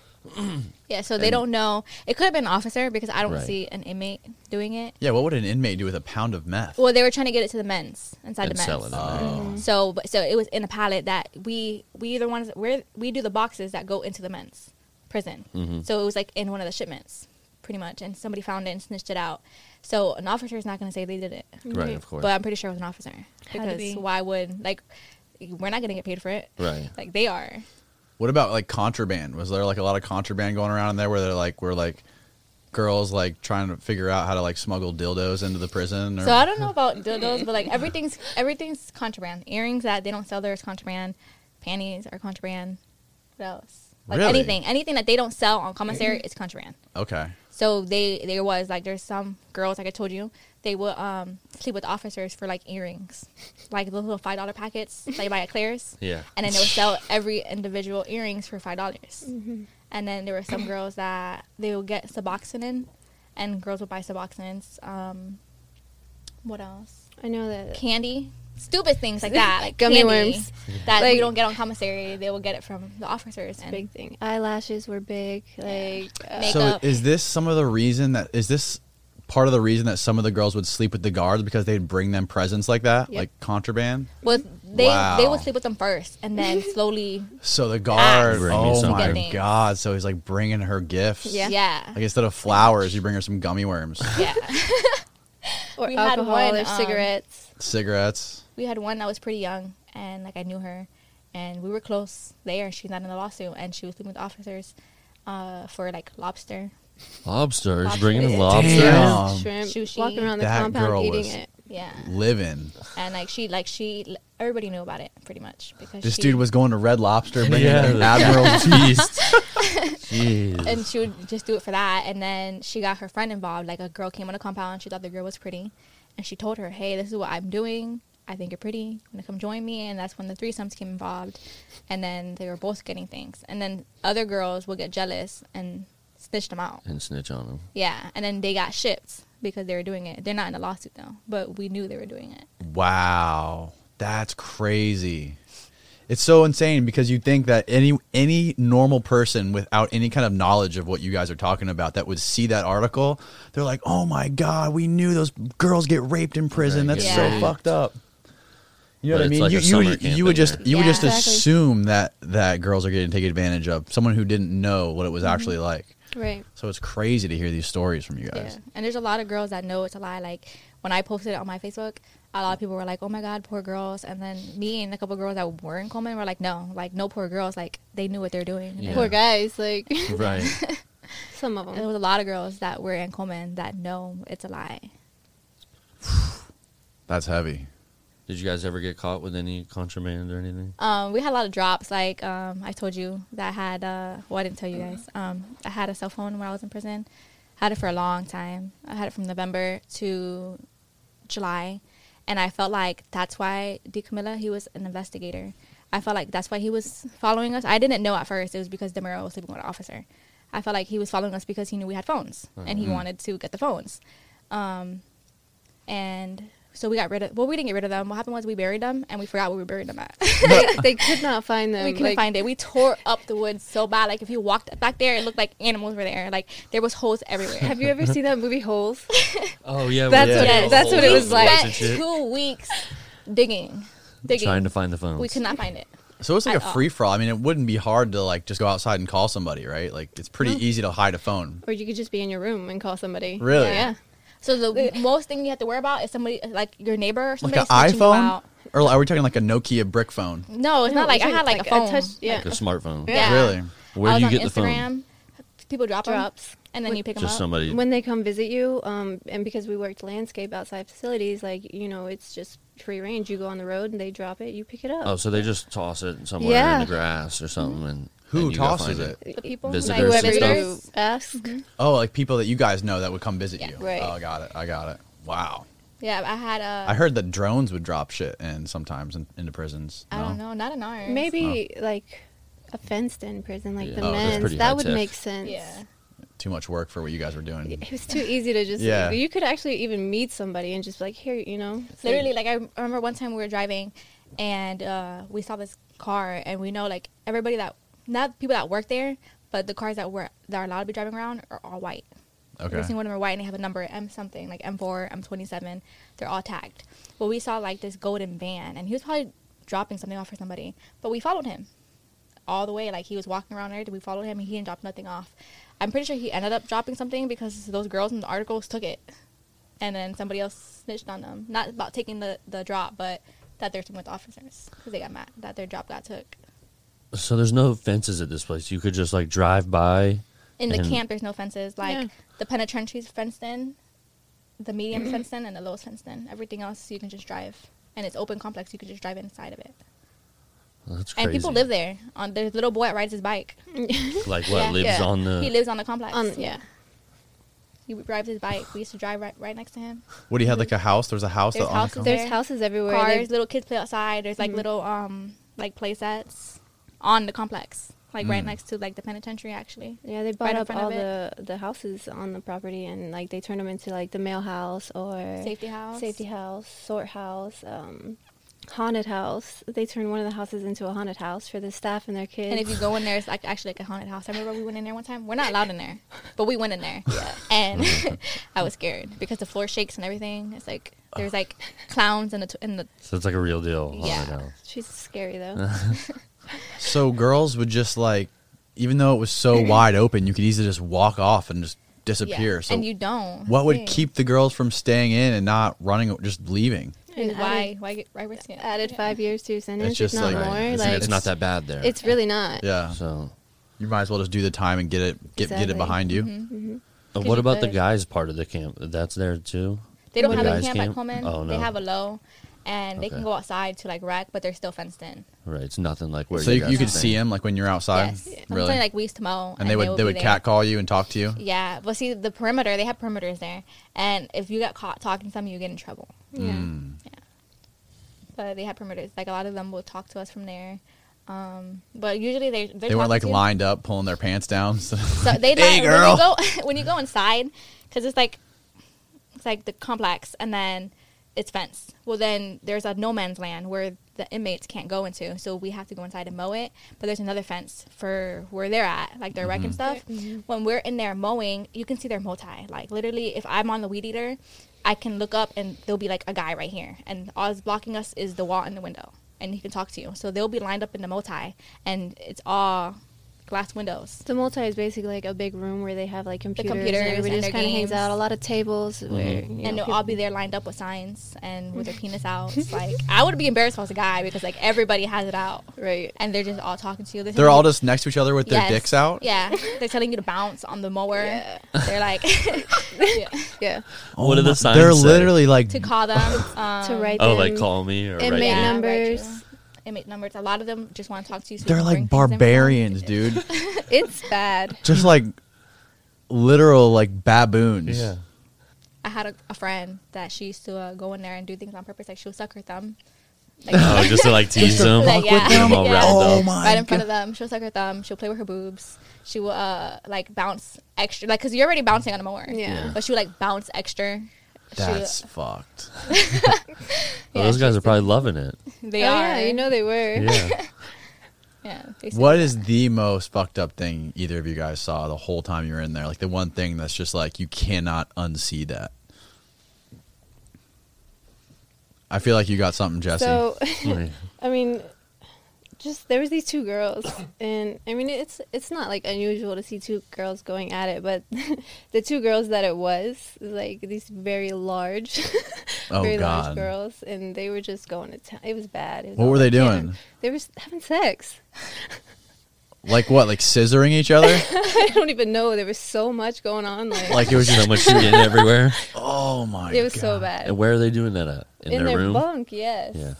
Speaker 3: yeah. So they don't know. It could have been an officer because I don't
Speaker 5: Right.
Speaker 3: see an inmate doing it.
Speaker 1: Yeah. What would an inmate do with a pound of meth?
Speaker 3: Well, they were trying to get it to the men's inside
Speaker 5: and
Speaker 3: the men's.
Speaker 5: sell it. Oh. in there.
Speaker 3: So, but- so it was in a pallet that we we either ones we we do the boxes that go into the men's prison. So it was like in one of the shipments, pretty much. And somebody found it and snitched it out. So an officer is not going to say they did it,
Speaker 5: Right, of course.
Speaker 3: Mm-hmm. but I'm pretty sure it was an officer
Speaker 2: to
Speaker 3: because
Speaker 2: be.
Speaker 3: why would like we're not going to get paid for it,
Speaker 5: Right.
Speaker 3: Like they are.
Speaker 1: What about like contraband? Was there like a lot of contraband going around in there where they're like were like girls like trying to figure out how to like smuggle dildos into the prison? Or,
Speaker 3: So I don't know about dildos, but like everything's everything's contraband. Earrings that they don't sell there is contraband. Panties are contraband. What else? Like
Speaker 1: Really?
Speaker 3: anything, anything that they don't sell on commissary is contraband.
Speaker 1: okay.
Speaker 3: So they there was like there's some girls like I told you they would um sleep with officers for like earrings, like the little five dollar packets that you buy at Claire's.
Speaker 5: Yeah.
Speaker 3: And then they would sell every individual earrings for five dollars.
Speaker 2: Mm-hmm.
Speaker 3: And then there were some girls that they would get Suboxone, and girls would buy Suboxones. Um, what else?
Speaker 2: i know that
Speaker 3: Candy. Stupid things like that, like
Speaker 2: Gummy
Speaker 3: candy
Speaker 2: worms.
Speaker 3: that
Speaker 2: Like-
Speaker 3: you don't get on commissary. They will get it from the officers and
Speaker 2: big thing eyelashes were big like uh,
Speaker 3: makeup.
Speaker 1: So is this some of the reason that is this part of the reason that some of the girls would sleep with the guards because they'd bring them presents like that,
Speaker 2: Yep.
Speaker 1: like contraband?
Speaker 3: was they they
Speaker 1: Wow.
Speaker 3: would sleep with them first, and then slowly
Speaker 1: So the guard,
Speaker 5: Bring me
Speaker 1: oh
Speaker 5: something.
Speaker 1: my
Speaker 3: Things.
Speaker 1: god! So he's like bringing her gifts.
Speaker 2: Yeah.
Speaker 3: Yeah.
Speaker 1: Like instead of flowers, you bring her some gummy worms,
Speaker 3: Yeah.
Speaker 2: or
Speaker 3: we had
Speaker 2: alcohol
Speaker 3: one,
Speaker 2: or
Speaker 3: um,
Speaker 2: cigarettes
Speaker 1: cigarettes.
Speaker 3: we had one that was pretty young and like I knew her and we were close there. She's not in the lawsuit and she was sleeping with officers uh, for like lobster.
Speaker 5: Lobsters,
Speaker 3: Lobsters.
Speaker 5: bringing in
Speaker 3: Damn.
Speaker 5: lobsters.
Speaker 1: Damn.
Speaker 2: shrimp
Speaker 3: Sushi.
Speaker 2: walking around the
Speaker 1: That
Speaker 2: compound
Speaker 1: girl
Speaker 2: eating
Speaker 1: was-
Speaker 2: it
Speaker 3: Yeah.
Speaker 1: Living.
Speaker 3: And like she like she everybody knew about it pretty much because
Speaker 1: This
Speaker 3: she,
Speaker 1: dude was going to Red Lobster, bringing
Speaker 5: Yeah,
Speaker 1: an Admiral's
Speaker 5: Beast. Jeez.
Speaker 3: and she would just do it for that and then she got her friend involved. Like a girl came on the compound, she thought the girl was pretty and she told her, Hey, this is what I'm doing. I think you're pretty. You want to come join me? And that's when the threesomes came involved. And then they were both getting things. And then other girls would get jealous and snitch them out.
Speaker 5: and snitch on them.
Speaker 3: Yeah. And then they got shipped because they were doing it. They're not in the lawsuit though, but we knew they were doing it.
Speaker 1: Wow, that's crazy. It's so insane because you think that any any normal person without any kind of knowledge of what you guys are talking about that would see that article, they're like, "Oh my god, we knew those girls get raped in prison.
Speaker 5: Right,
Speaker 1: That's
Speaker 3: get
Speaker 1: so
Speaker 3: raped.
Speaker 1: fucked up." You know
Speaker 5: But
Speaker 1: what I
Speaker 5: it's
Speaker 1: mean?
Speaker 5: like
Speaker 1: you
Speaker 5: a
Speaker 1: you would-
Speaker 5: summer camp
Speaker 1: you would
Speaker 5: thing,
Speaker 1: just
Speaker 5: right?
Speaker 1: you would
Speaker 3: Yeah.
Speaker 1: just
Speaker 3: Exactly.
Speaker 1: assume that that girls are getting taken advantage of. Someone who didn't know what it
Speaker 3: Mm-hmm.
Speaker 1: was actually like.
Speaker 2: Right.
Speaker 1: So it's crazy to hear these stories from you
Speaker 3: Yeah.
Speaker 1: guys.
Speaker 3: And there's a lot of girls that know it's a lie. Like when I posted it on my Facebook, a lot of people were like, "Oh my God, poor girls." And then me and a couple girls that were in Coleman were like, "No, like no poor girls. Like they knew what they're doing."
Speaker 5: Yeah.
Speaker 2: Poor guys, like
Speaker 5: Right.
Speaker 2: some of
Speaker 3: And there
Speaker 2: them.
Speaker 3: was a lot of girls that were in Coleman that know it's a lie.
Speaker 1: That's heavy.
Speaker 5: Did you guys ever get caught with any contraband or anything?
Speaker 3: Um, we had a lot of drops. Like um, I told you that I had. Uh, well, I didn't tell you guys. Um, I had a cell phone when I was in prison. Had it for a long time. I had it from November to July, and I felt like that's why De Camilla he was an investigator. I felt like that's why he was following us. I didn't know at first it was because Demuro was sleeping with an officer. I felt like he was following us because he knew we had phones and he wanted to get the phones. Um, and so we got rid of. Well, we didn't get rid of them. What happened was we buried them and we forgot where we buried them at.
Speaker 2: they could not find them.
Speaker 3: We couldn't
Speaker 2: like,
Speaker 3: find it. We tore up the woods so bad. Like if you walked back there, it looked like animals were there. Like there was holes everywhere.
Speaker 2: Have you ever seen that movie Holes?
Speaker 5: Oh yeah,
Speaker 2: That's what it- that's what it was like.
Speaker 3: Spent two weeks digging, digging,
Speaker 5: Trying to find the phones.
Speaker 3: We could not find it.
Speaker 1: So it's like
Speaker 3: At
Speaker 1: a
Speaker 3: all.
Speaker 1: free for all. I mean, it wouldn't be hard to like just go outside and call somebody, right? Like it's pretty
Speaker 3: Mm-hmm.
Speaker 1: easy to hide a phone.
Speaker 2: or you could just be in your room and call somebody.
Speaker 1: Really?
Speaker 2: Yeah.
Speaker 3: So the most thing you have to worry about is somebody like your neighbor or
Speaker 1: Like
Speaker 3: somebody
Speaker 1: an
Speaker 3: snitching you
Speaker 1: iPhone,
Speaker 3: out.
Speaker 1: or like, are we talking like a Nokia brick phone?
Speaker 3: No, it's not like I had like, a phone.
Speaker 2: touch, yeah.
Speaker 5: Like a smartphone.
Speaker 2: Yeah.
Speaker 1: Really?
Speaker 5: Where
Speaker 3: I was
Speaker 5: do you
Speaker 3: on
Speaker 5: get
Speaker 3: Instagram.
Speaker 5: the phone?
Speaker 3: People drop 'em,
Speaker 2: Drops.
Speaker 3: and then you pick them
Speaker 5: Just
Speaker 3: up.
Speaker 5: somebody.
Speaker 2: When they come visit you, um, and because we worked landscape outside facilities, like you know, it's just free range. You go on the road and they drop it, you pick it up.
Speaker 5: oh, so they just toss it somewhere
Speaker 2: Yeah.
Speaker 5: in the grass or something, and
Speaker 1: Who
Speaker 5: and you go
Speaker 1: tosses
Speaker 5: find
Speaker 1: it?
Speaker 3: The people
Speaker 5: Visitors
Speaker 3: like,
Speaker 2: Whoever
Speaker 5: and stuff.
Speaker 2: you ask,
Speaker 3: Mm-hmm.
Speaker 1: Oh, like people that you guys know that would come visit you.
Speaker 2: Right.
Speaker 1: Oh, got it. I got it. Wow.
Speaker 3: Yeah, I had a.
Speaker 1: I heard that drones would drop shit in sometimes in, into prisons.
Speaker 3: I don't know, not in ours.
Speaker 2: maybe like a fenced in prison, like
Speaker 5: Oh. Yeah.
Speaker 2: the
Speaker 5: Oh, that's
Speaker 2: men's.
Speaker 5: pretty high
Speaker 2: That would
Speaker 5: tech.
Speaker 2: make sense.
Speaker 3: Yeah.
Speaker 1: Too much work for what you guys were doing.
Speaker 2: It was too easy to just.
Speaker 1: Yeah.
Speaker 2: you could actually even meet somebody and just be like, here, you know. It's like-
Speaker 3: Literally, like I rem- remember one time we were driving, and uh, we saw this car, and we know like everybody that not people that work there, but the cars that were that are allowed to be driving around are all white.
Speaker 1: Okay.
Speaker 3: Every single one of them are white, and they have a number M something like M four, M twenty seven. They're all tagged. But we saw like this golden van, and he was probably dropping something off for somebody. But we followed him all the way. Like he was walking around there. We followed him, and he didn't drop nothing off. I'm pretty sure he ended up dropping something because those girls in the articles took it, and then somebody else snitched on them. Not about taking the the drop, but that they're with officers because they got mad that their drop got took.
Speaker 5: So there's no fences at this place. You could just like drive by.
Speaker 3: In the
Speaker 5: And-
Speaker 3: camp, there's no fences. Like
Speaker 2: Yeah.
Speaker 3: the penitentiary's fenced in, the
Speaker 2: Mm-hmm.
Speaker 3: medium fenced in, and the lowest fenced in. Everything else you can just drive, and it's open complex. You can just drive inside of it,
Speaker 5: That's crazy.
Speaker 3: and people live there. On there's a little boy that rides his bike.
Speaker 5: Like what
Speaker 3: Yeah.
Speaker 5: lives
Speaker 2: Yeah.
Speaker 5: on the?
Speaker 3: he lives on the complex.
Speaker 2: Um, yeah.
Speaker 3: he rides his bike. We used to drive right, right next to him.
Speaker 1: What do you have? Like a house? There's a house.
Speaker 3: There's
Speaker 1: that on the
Speaker 3: houses
Speaker 1: com-
Speaker 2: There's
Speaker 3: There.
Speaker 2: houses everywhere.
Speaker 3: Cars,
Speaker 2: They- Mm-hmm.
Speaker 3: little kids play outside. There's like little um like play sets on the complex, like
Speaker 5: Mm.
Speaker 3: right next to like the penitentiary actually.
Speaker 2: Yeah, they bought
Speaker 3: in
Speaker 2: up
Speaker 3: front
Speaker 2: all
Speaker 3: of
Speaker 2: the the houses on the property and like they turned them into like the mail house or
Speaker 3: Safety house.
Speaker 2: safety house, sort house, um, haunted house. They turned one of the houses into a haunted house for the staff and their kids.
Speaker 3: And if you go in there, it's like actually like a haunted house. I remember we went in there one time. We're not allowed in there, but we went in there. Yeah. And I was scared because the floor shakes and everything. It's like there's like clowns in the t- in the
Speaker 5: So it's like a real deal. haunted
Speaker 3: Yeah.
Speaker 5: house.
Speaker 2: she's scary though.
Speaker 1: So girls would just like, even though it was so wide open, you could easily just walk off and just
Speaker 3: yeah.
Speaker 1: disappear. So
Speaker 3: and you don't.
Speaker 1: what would
Speaker 3: Yeah.
Speaker 1: keep the girls from staying in and not running, just leaving?
Speaker 3: And
Speaker 2: And
Speaker 3: why?
Speaker 2: added-
Speaker 3: Why get why risk it?
Speaker 2: Added five years to your sentence,
Speaker 1: just
Speaker 2: if not
Speaker 1: like-
Speaker 2: more.
Speaker 5: It's,
Speaker 2: like
Speaker 5: it's not that bad there.
Speaker 2: it's really not.
Speaker 1: Yeah.
Speaker 5: so.
Speaker 1: You might as well just do the time and get it get get it
Speaker 2: Exactly.
Speaker 1: behind you.
Speaker 3: Mm-hmm.
Speaker 5: But
Speaker 3: 'Cause
Speaker 5: what
Speaker 3: you
Speaker 5: about the
Speaker 3: could.
Speaker 5: guys part of the camp? That's there too.
Speaker 3: They don't
Speaker 2: What
Speaker 3: have
Speaker 2: do
Speaker 3: a
Speaker 2: you-
Speaker 3: camp
Speaker 5: Guys
Speaker 3: at Coleman.
Speaker 5: camp? Oh,
Speaker 3: They
Speaker 5: no.
Speaker 3: have a low, and they
Speaker 5: Okay.
Speaker 3: can go outside to like rec, but they're still fenced in.
Speaker 5: Right. It's nothing like where
Speaker 1: So you,
Speaker 5: guys
Speaker 1: you
Speaker 5: are
Speaker 1: could see
Speaker 5: staying.
Speaker 1: him like when you're outside.
Speaker 3: Yes, I'm
Speaker 1: Uh, Really.
Speaker 3: saying like we used to mow,
Speaker 1: and they would they
Speaker 3: be
Speaker 1: would
Speaker 3: there.
Speaker 1: cat call you and talk to you.
Speaker 3: Yeah, but see the perimeter. They have
Speaker 5: Mm.
Speaker 3: perimeters there, and if you got caught talking to them, you get in trouble.
Speaker 2: Yeah.
Speaker 3: but they had promoters. Like a lot of them will talk to us from there. Um, but usually they
Speaker 1: They weren't like lined up pulling their pants down. So,
Speaker 3: So they
Speaker 1: hey,
Speaker 3: let-
Speaker 1: girl.
Speaker 3: When you go when you go inside, because it's like it's like the complex, and then it's fenced. Well, then there's a no man's land where the inmates can't go into, so we have to go inside and mow it. But there's another fence for where they're at, like their wreck
Speaker 1: Mm-hmm.
Speaker 3: and stuff. When we're in there mowing, you can see their multi. Like literally, if I'm on the weed eater, I can look up and there'll be like a guy right here, and all is blocking us is the wall and the window, and he can talk to you. So they'll be lined up in the multi, and it's all glass windows.
Speaker 2: The multi is basically like a big room where they have like computers. and
Speaker 3: computers
Speaker 2: everybody just
Speaker 3: and their
Speaker 2: kind of hangs
Speaker 3: games.
Speaker 2: out. A lot of tables
Speaker 5: Mm-hmm.
Speaker 2: where you know,
Speaker 3: and they'll
Speaker 2: people-
Speaker 3: all be there lined up with signs and with their penis out. It's like I would be embarrassed if I was a guy because like everybody has it out,
Speaker 2: right.
Speaker 3: and they're just all talking to you.
Speaker 1: They're
Speaker 3: telling
Speaker 1: all
Speaker 3: you-
Speaker 1: just next to each other with their
Speaker 3: Yes.
Speaker 1: dicks out.
Speaker 3: Yeah, they're telling you to bounce on the mower.
Speaker 2: Yeah.
Speaker 3: They're like
Speaker 2: Yeah,
Speaker 1: Oh
Speaker 5: What do the
Speaker 1: my-
Speaker 5: signs
Speaker 1: They're
Speaker 5: say?
Speaker 1: literally like
Speaker 3: to call them um,
Speaker 2: to write.
Speaker 5: Oh,
Speaker 2: them
Speaker 5: like call me or
Speaker 2: inmate
Speaker 5: write
Speaker 3: yeah,
Speaker 5: me.
Speaker 2: numbers.
Speaker 3: write you. Inmate numbers. A lot of them just want to talk to you. So
Speaker 1: They're
Speaker 3: you
Speaker 1: like
Speaker 3: bring things in for them.
Speaker 1: barbarians, dude.
Speaker 2: it's bad.
Speaker 1: just like literal like baboons.
Speaker 5: Yeah.
Speaker 3: I had a, a friend that she used to uh, go in there and do things on purpose. Like she would suck her thumb. Like,
Speaker 5: Oh, just to like tease them.
Speaker 3: Like, yeah.
Speaker 5: Get them all
Speaker 3: Yeah.
Speaker 5: riled
Speaker 1: Oh
Speaker 5: up.
Speaker 1: my
Speaker 3: right in
Speaker 1: God.
Speaker 3: front of them. She'll suck her thumb. She'll play with her boobs. She will uh like bounce extra, like because you're already bouncing on a mower.
Speaker 2: Yeah.
Speaker 5: Yeah.
Speaker 3: But she would like bounce extra. She would-
Speaker 1: That's fucked.
Speaker 5: Oh, those
Speaker 3: yeah,
Speaker 5: guys are probably loving it.
Speaker 3: they
Speaker 2: oh
Speaker 3: are.
Speaker 2: yeah, you know they were.
Speaker 5: Yeah. Oh,
Speaker 3: Yeah. they
Speaker 1: What
Speaker 3: see-
Speaker 1: is the most fucked up thing either of you guys saw the whole time you were in there? Like the one thing that's just like you cannot unsee that. I feel like you got something, Jesse.
Speaker 2: So
Speaker 5: Like,
Speaker 2: I mean, just there was these two girls, and I mean it's it's not like unusual to see two girls going at it, but the two girls that it was like these very large,
Speaker 1: Oh,
Speaker 2: very
Speaker 1: God.
Speaker 2: large girls, and they were just going to town. It was bad. It was
Speaker 1: What
Speaker 2: all
Speaker 1: were they
Speaker 2: bad.
Speaker 1: doing?
Speaker 2: They were s- having sex.
Speaker 1: like what? Like scissoring each other?
Speaker 2: I don't even know. There was so much going on. Like,
Speaker 1: like it was
Speaker 5: so
Speaker 1: just
Speaker 5: much shooting everywhere.
Speaker 1: oh my.
Speaker 2: it was so
Speaker 1: God.
Speaker 2: bad.
Speaker 5: And where are they doing that at? In,
Speaker 2: In
Speaker 5: their,
Speaker 2: their
Speaker 5: room?
Speaker 2: bunk, yes.
Speaker 5: Yeah.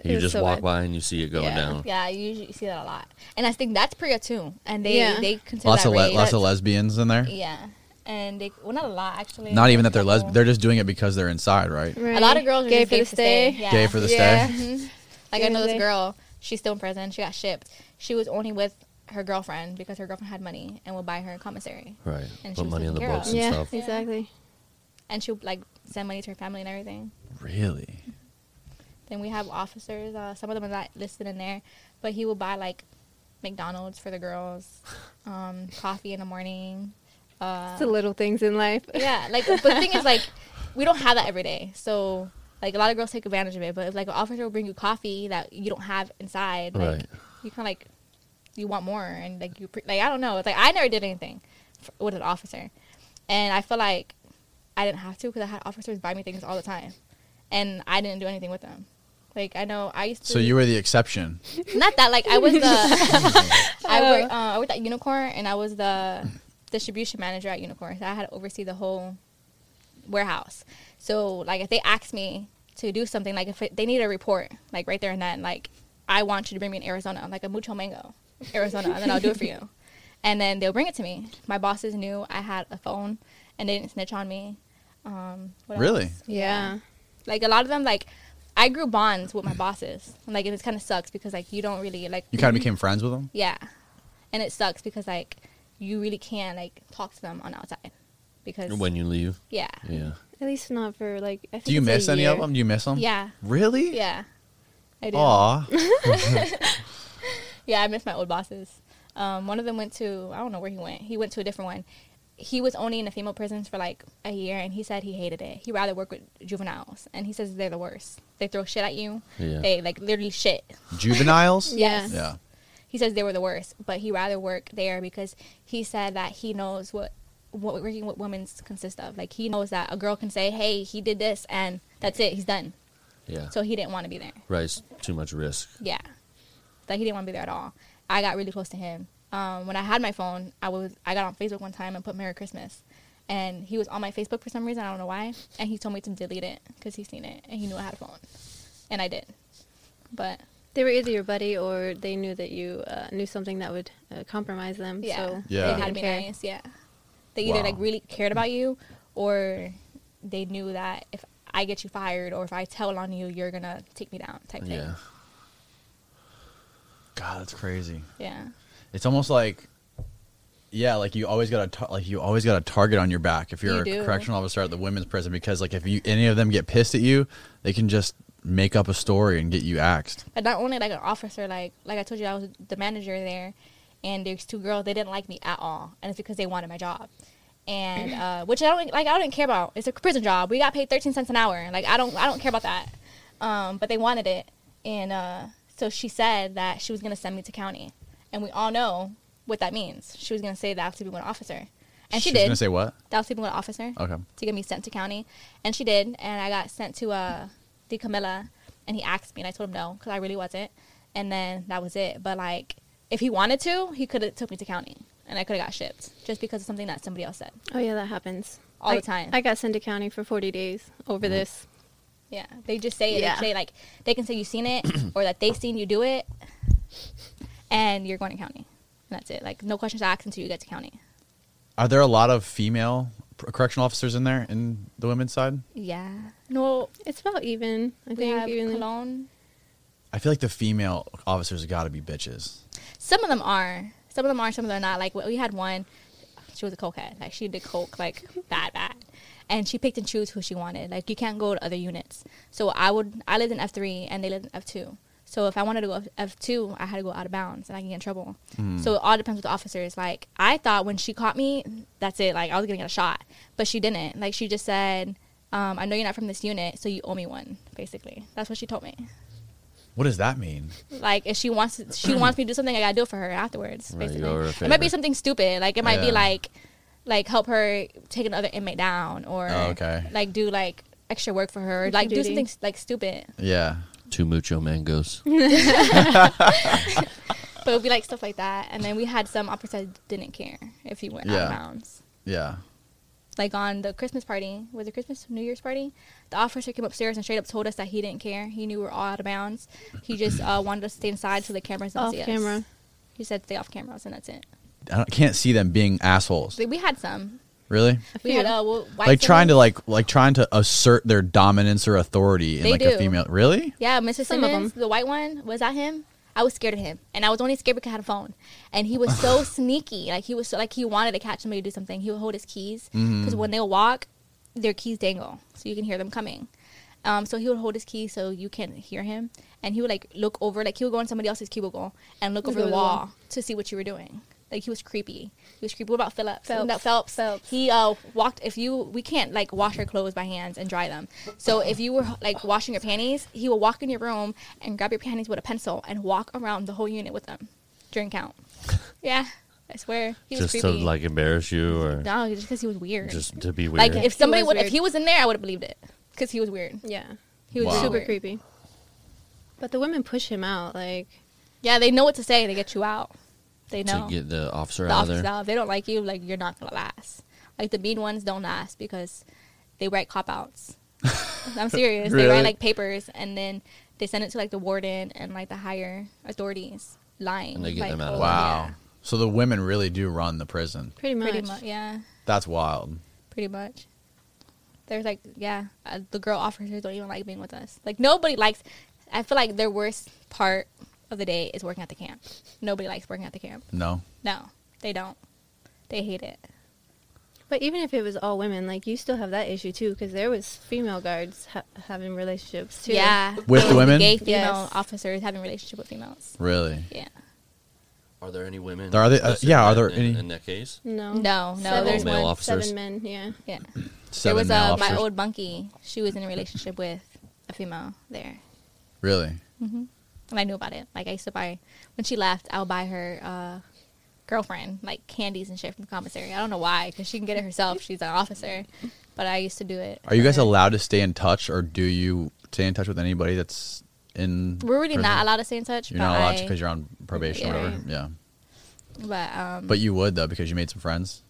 Speaker 2: It
Speaker 5: You
Speaker 2: was
Speaker 5: just
Speaker 2: so
Speaker 5: walk
Speaker 2: bad.
Speaker 5: by and you see it going
Speaker 3: yeah.
Speaker 5: down.
Speaker 3: Yeah, you usually see that a lot, and I think that's Priya too. And they
Speaker 2: Yeah.
Speaker 3: they consider
Speaker 1: Lots
Speaker 3: that
Speaker 1: of le-
Speaker 3: rape.
Speaker 1: lots of lesbians in there.
Speaker 3: yeah, and they well not a lot actually.
Speaker 1: Not even that they're
Speaker 3: Couple.
Speaker 1: lesbian. They're just doing it because they're inside, right?
Speaker 2: Right.
Speaker 3: A lot of girls are
Speaker 2: gay
Speaker 3: just
Speaker 2: for the stay.
Speaker 3: Yeah.
Speaker 1: Gay for the
Speaker 2: Yeah.
Speaker 1: stay.
Speaker 3: Like I know
Speaker 2: Seriously.
Speaker 3: this girl, she's still in prison. She got shipped. She was only with her girlfriend because her girlfriend had money and would buy her commissary,
Speaker 5: Right.
Speaker 3: And she
Speaker 5: Put
Speaker 3: was
Speaker 5: money on the
Speaker 3: taken care
Speaker 5: books
Speaker 3: of.
Speaker 5: and
Speaker 2: Yeah,
Speaker 5: stuff.
Speaker 2: exactly.
Speaker 3: and she would like send money to her family and everything.
Speaker 1: Really?
Speaker 3: Then we have officers. Uh, some of them are not listed in there, but he will buy like McDonald's for the girls, um, coffee in the morning. Uh,
Speaker 2: It's the little things in life.
Speaker 3: yeah, like but the thing is like we don't have that every day, so. Like a lot of girls take advantage of it, but if like an officer will bring you coffee that you don't have inside, like
Speaker 5: Right.
Speaker 3: you kind of like you want more and like you pre- like I don't know. It's like I never did anything f with an officer, and I feel like I didn't have to because I had officers buy me things all the time, and I didn't do anything with them. Like I know I used to.
Speaker 1: So you were the exception.
Speaker 3: not that like I was the I worked uh, I worked at Unicorn and I was the distribution manager at Unicorn. So I had to oversee the whole warehouse. So like if they asked me to do something, like if it, they need a report, like right there and then, like I want you to bring me an Arizona, like a mucho mango, Arizona, and then I'll do it for you. And then they'll bring it to me. My bosses knew I had a phone, and they didn't snitch on me. Um, what
Speaker 1: Really?
Speaker 3: else?
Speaker 2: Yeah.
Speaker 3: Like a lot of them, like I grew bonds with my bosses. And, Like it kind of sucks because like you don't really like
Speaker 1: You kind of became friends with them.
Speaker 3: yeah, and it sucks because like you really can't like talk to them on outside because
Speaker 5: When you leave.
Speaker 3: yeah
Speaker 5: Yeah.
Speaker 2: At least not for like. I think
Speaker 1: Do you
Speaker 2: it's a
Speaker 1: miss any of
Speaker 2: year.
Speaker 1: them? Do you miss them?
Speaker 3: yeah
Speaker 1: Really?
Speaker 3: yeah I do
Speaker 1: Aw.
Speaker 3: yeah I miss my old bosses. Um, one of them went to I don't know where he went. He went to a different one. He was only in the female prisons for like a year, and he said he hated it. He rather work with juveniles, and he says they're the worst. They throw shit at you.
Speaker 5: Yeah.
Speaker 3: They like literally shit.
Speaker 1: Juveniles?
Speaker 2: Yeah.
Speaker 1: Yeah.
Speaker 3: he says they were the worst, but he rather work there because he said that he knows what what working with women consists of. Like he knows that a girl can say, "Hey, he did this," and that's it. He's done.
Speaker 5: Yeah.
Speaker 3: So he didn't want to be there.
Speaker 5: right. it's Too much risk.
Speaker 3: Yeah, like he didn't want to be there at all. I got really close to him. Um, when I had my phone, I was I got on Facebook one time and put "Merry Christmas," and he was on my Facebook for some reason. I don't know why. And he told me to delete it because he seen it and he knew I had a phone, and I did. But
Speaker 2: They were either your buddy or they knew that you uh, knew something that would uh, compromise them.
Speaker 3: Yeah.
Speaker 2: So
Speaker 1: Yeah.
Speaker 3: They
Speaker 2: They
Speaker 3: had to
Speaker 2: didn't
Speaker 3: be
Speaker 2: care.
Speaker 3: nice. Yeah. They either
Speaker 1: Wow.
Speaker 3: like really cared about you or they knew that if I get you fired or if I tell on you, you're going to take me down type thing.
Speaker 5: Yeah.
Speaker 1: God, that's crazy.
Speaker 3: Yeah.
Speaker 1: It's almost like, yeah, like you always got a tar- like you always got a target on your back if
Speaker 3: You
Speaker 1: you're a
Speaker 3: do.
Speaker 1: correctional officer at the women's prison because like if you any of them get pissed at you, they can just make up a story and get you axed.
Speaker 3: But not only like an officer, like like I told you, I was the manager there, and there's two girls. They didn't like me at all, and it's because they wanted my job, and uh, which I don't like. I don't care about. It's a prison job. We got paid thirteen cents an hour. Like I don't I don't care about that. Um, but they wanted it, and uh, so she said that she was gonna send me to county, and we all know what that means. She was gonna say that I have to be one officer, and she
Speaker 1: She's
Speaker 3: did.
Speaker 1: gonna say what?
Speaker 3: that I was sleeping with an officer.
Speaker 1: Okay.
Speaker 3: To get me sent to county, and she did, and I got sent to uh, the Camilla, and he asked me, and I told him no because I really wasn't, and then that was it. But like, if he wanted to, he could have took me to county, and I could have got shipped just because of something that somebody else said.
Speaker 2: Oh yeah, that happens
Speaker 3: All the
Speaker 2: Like,
Speaker 3: time.
Speaker 2: I got sent to county for 40 days over this.
Speaker 3: Yeah, they just say it.
Speaker 2: Yeah.
Speaker 3: They say like they can say you seen it or that they seen you do it, and you're going to county. And that's it. Like no questions asked until you get to county.
Speaker 1: Are there a lot of female pr- correctional officers in there in the women's side?
Speaker 3: Yeah. No.
Speaker 2: It's about even. I
Speaker 3: We
Speaker 2: think
Speaker 3: have
Speaker 2: even
Speaker 3: cologne.
Speaker 1: I feel like the female officers got to be bitches.
Speaker 3: Some of them are. Some of them are. Some of them are not. Like we had one. She was a cokehead. Like she did coke like bad, bad, and she picked and chose who she wanted. Like you can't go to other units. So I would. I lived in F three and they lived in F two. So if I wanted to go F two, I had to go out of bounds and I can get in trouble. So it all depends with the officers. Like I thought when she caught me, that's it. Like I was gonna get a shot, but she didn't. Like she just said. Um, I know you're not from this unit, so you owe me one. Basically, that's what she told me.
Speaker 1: What does that mean?
Speaker 3: Like if she wants she wants me to do something, I gotta do it for her afterwards.
Speaker 5: Right, you
Speaker 3: basically,
Speaker 5: owe her a
Speaker 3: it might be
Speaker 5: favor.
Speaker 3: something stupid. Like it might
Speaker 1: Yeah.
Speaker 3: be like like help her take another inmate down, or
Speaker 1: Oh, okay.
Speaker 3: like do like extra work for her, like do
Speaker 2: duty.
Speaker 3: something s- like stupid.
Speaker 1: Yeah.
Speaker 5: Two mucho mangoes.
Speaker 3: But it would be like stuff like that. And then we had some officers that didn't care if you went out
Speaker 1: Yeah.
Speaker 3: of bounds.
Speaker 1: Yeah.
Speaker 3: Like on the Christmas party, was it Christmas New Year's party? The officer came upstairs and straight up told us that he didn't care. He knew we were all out of bounds. He just uh, wanted us to stay inside so the cameras don't
Speaker 2: off
Speaker 3: see us.
Speaker 2: camera.
Speaker 3: He said stay off cameras and that's it.
Speaker 1: I don't, can't see them being assholes.
Speaker 3: So we had some.
Speaker 1: Really?
Speaker 3: We had
Speaker 2: Yeah.
Speaker 3: uh, wh- white
Speaker 1: Like trying to
Speaker 3: Simmons.
Speaker 1: like like trying to assert their dominance or authority in
Speaker 3: They
Speaker 1: like a
Speaker 3: do.
Speaker 1: female. Really?
Speaker 3: yeah, Mrs.
Speaker 2: Some of
Speaker 3: Simmons, the white one, was that him? I was scared of him, and I was only scared because I had a phone, and he was so sneaky. Like he was so, like he wanted to catch somebody to do something. He would hold his keys because
Speaker 1: Mm-hmm.
Speaker 3: when they walk, their keys dangle, so you can hear them coming. Um, so he would hold his key so you can't hear him, and he would like look over, like he would go in somebody else's cubicle and look, over the wall, to see what you were doing. Like he was creepy. He was creepy. What about Phillips?
Speaker 2: Phelps.
Speaker 3: About Phelps.
Speaker 2: Phelps.
Speaker 3: He uh, walked. If you, we can't like wash our clothes by hands and dry them. So if you were like washing your panties, he would walk in your room and grab your panties with a pencil and walk around the whole unit with them during count. Yeah, I swear he was
Speaker 5: just to
Speaker 3: creepy.
Speaker 5: like embarrass you or
Speaker 3: no, just because he was weird.
Speaker 5: just to be weird.
Speaker 3: like if somebody
Speaker 2: was
Speaker 3: would, if
Speaker 2: weird.
Speaker 3: he was in there, I would have believed it because he was weird.
Speaker 2: Yeah.
Speaker 3: He was
Speaker 1: Wow.
Speaker 2: Super
Speaker 3: weird.
Speaker 2: creepy. But the women push him out. Like
Speaker 3: Yeah, they know what to say. They get you out. They
Speaker 5: to
Speaker 3: know.
Speaker 5: get the officer
Speaker 3: the
Speaker 5: out of there.
Speaker 3: officers out. If they don't like you, like you're not gonna last. Like the mean ones don't last because they write cop outs. I'm serious. They
Speaker 1: Really?
Speaker 3: write like papers and then they send it to like the warden and like the higher authorities lying.
Speaker 5: And they get
Speaker 3: like,
Speaker 5: them out of there.
Speaker 1: Wow.
Speaker 3: Oh, yeah.
Speaker 1: So the women really do run the prison.
Speaker 2: pretty much.
Speaker 3: Pretty much, yeah,
Speaker 1: That's wild.
Speaker 3: pretty much. There's like, yeah, uh, the girl officers don't even like being with us. Like nobody likes. I feel like their worst part of the day is working at the camp. Nobody likes working at the camp.
Speaker 1: No.
Speaker 3: No, they don't. They hate it.
Speaker 2: But even if it was all women, like you still have that issue too, because there was female guards ha- having relationships too.
Speaker 3: Yeah.
Speaker 1: With the women?
Speaker 3: Gay female
Speaker 2: Yes.
Speaker 3: officers having relationship with females.
Speaker 1: Really?
Speaker 3: Yeah.
Speaker 5: Are there any women?
Speaker 1: Are they- uh,
Speaker 5: listed
Speaker 1: yeah,
Speaker 5: in
Speaker 1: are
Speaker 5: that-
Speaker 1: there
Speaker 5: in,
Speaker 1: any-
Speaker 5: in that case?
Speaker 2: No.
Speaker 3: No, no,
Speaker 2: Seven-
Speaker 3: there's
Speaker 5: Male
Speaker 3: one.
Speaker 5: officers.
Speaker 2: Seven men. Yeah.
Speaker 3: Yeah. there
Speaker 1: Seven
Speaker 3: was
Speaker 1: male
Speaker 3: uh, my
Speaker 1: officers?
Speaker 3: old monkey. She was in a relationship with a female there.
Speaker 1: Really?
Speaker 3: And I knew about it. Like I used to buy when she left, I'll buy her uh, girlfriend like candies and shit from the commissary. I don't know why, because she can get it herself. She's an officer, but I used to do it.
Speaker 1: Are you
Speaker 3: for
Speaker 1: guys
Speaker 3: her.
Speaker 1: allowed to stay in touch or do you stay in touch with anybody that's in
Speaker 3: We're really
Speaker 1: prison?
Speaker 3: not allowed to stay in touch.
Speaker 1: You're
Speaker 3: but
Speaker 1: not allowed
Speaker 3: I-
Speaker 1: because you're on probation or
Speaker 3: Yeah.
Speaker 1: whatever. Yeah.
Speaker 3: But um,
Speaker 1: But you would though because you made some friends.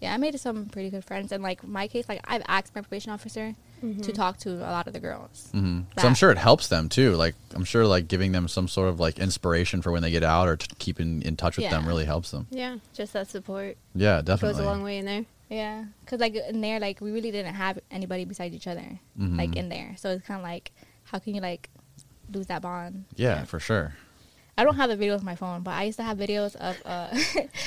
Speaker 3: Yeah, I made some pretty good friends, and like my case, like I've asked my probation officer to talk to a lot of the girls. Mm-hmm.
Speaker 1: So I'm sure it helps them too. Like I'm sure like giving them some sort of like inspiration for when they get out or t- keeping in touch with them
Speaker 3: Yeah.
Speaker 1: really helps them.
Speaker 2: Yeah. Just that support
Speaker 1: Yeah, definitely.
Speaker 2: goes a long way in there.
Speaker 3: Yeah, because like in there, like we really didn't have anybody besides each other,
Speaker 1: Mm-hmm.
Speaker 3: like in there. So it's kind of like, how can you like lose that bond?
Speaker 1: Yeah, for sure.
Speaker 3: I don't have the videos on my phone, but I used to have videos of uh,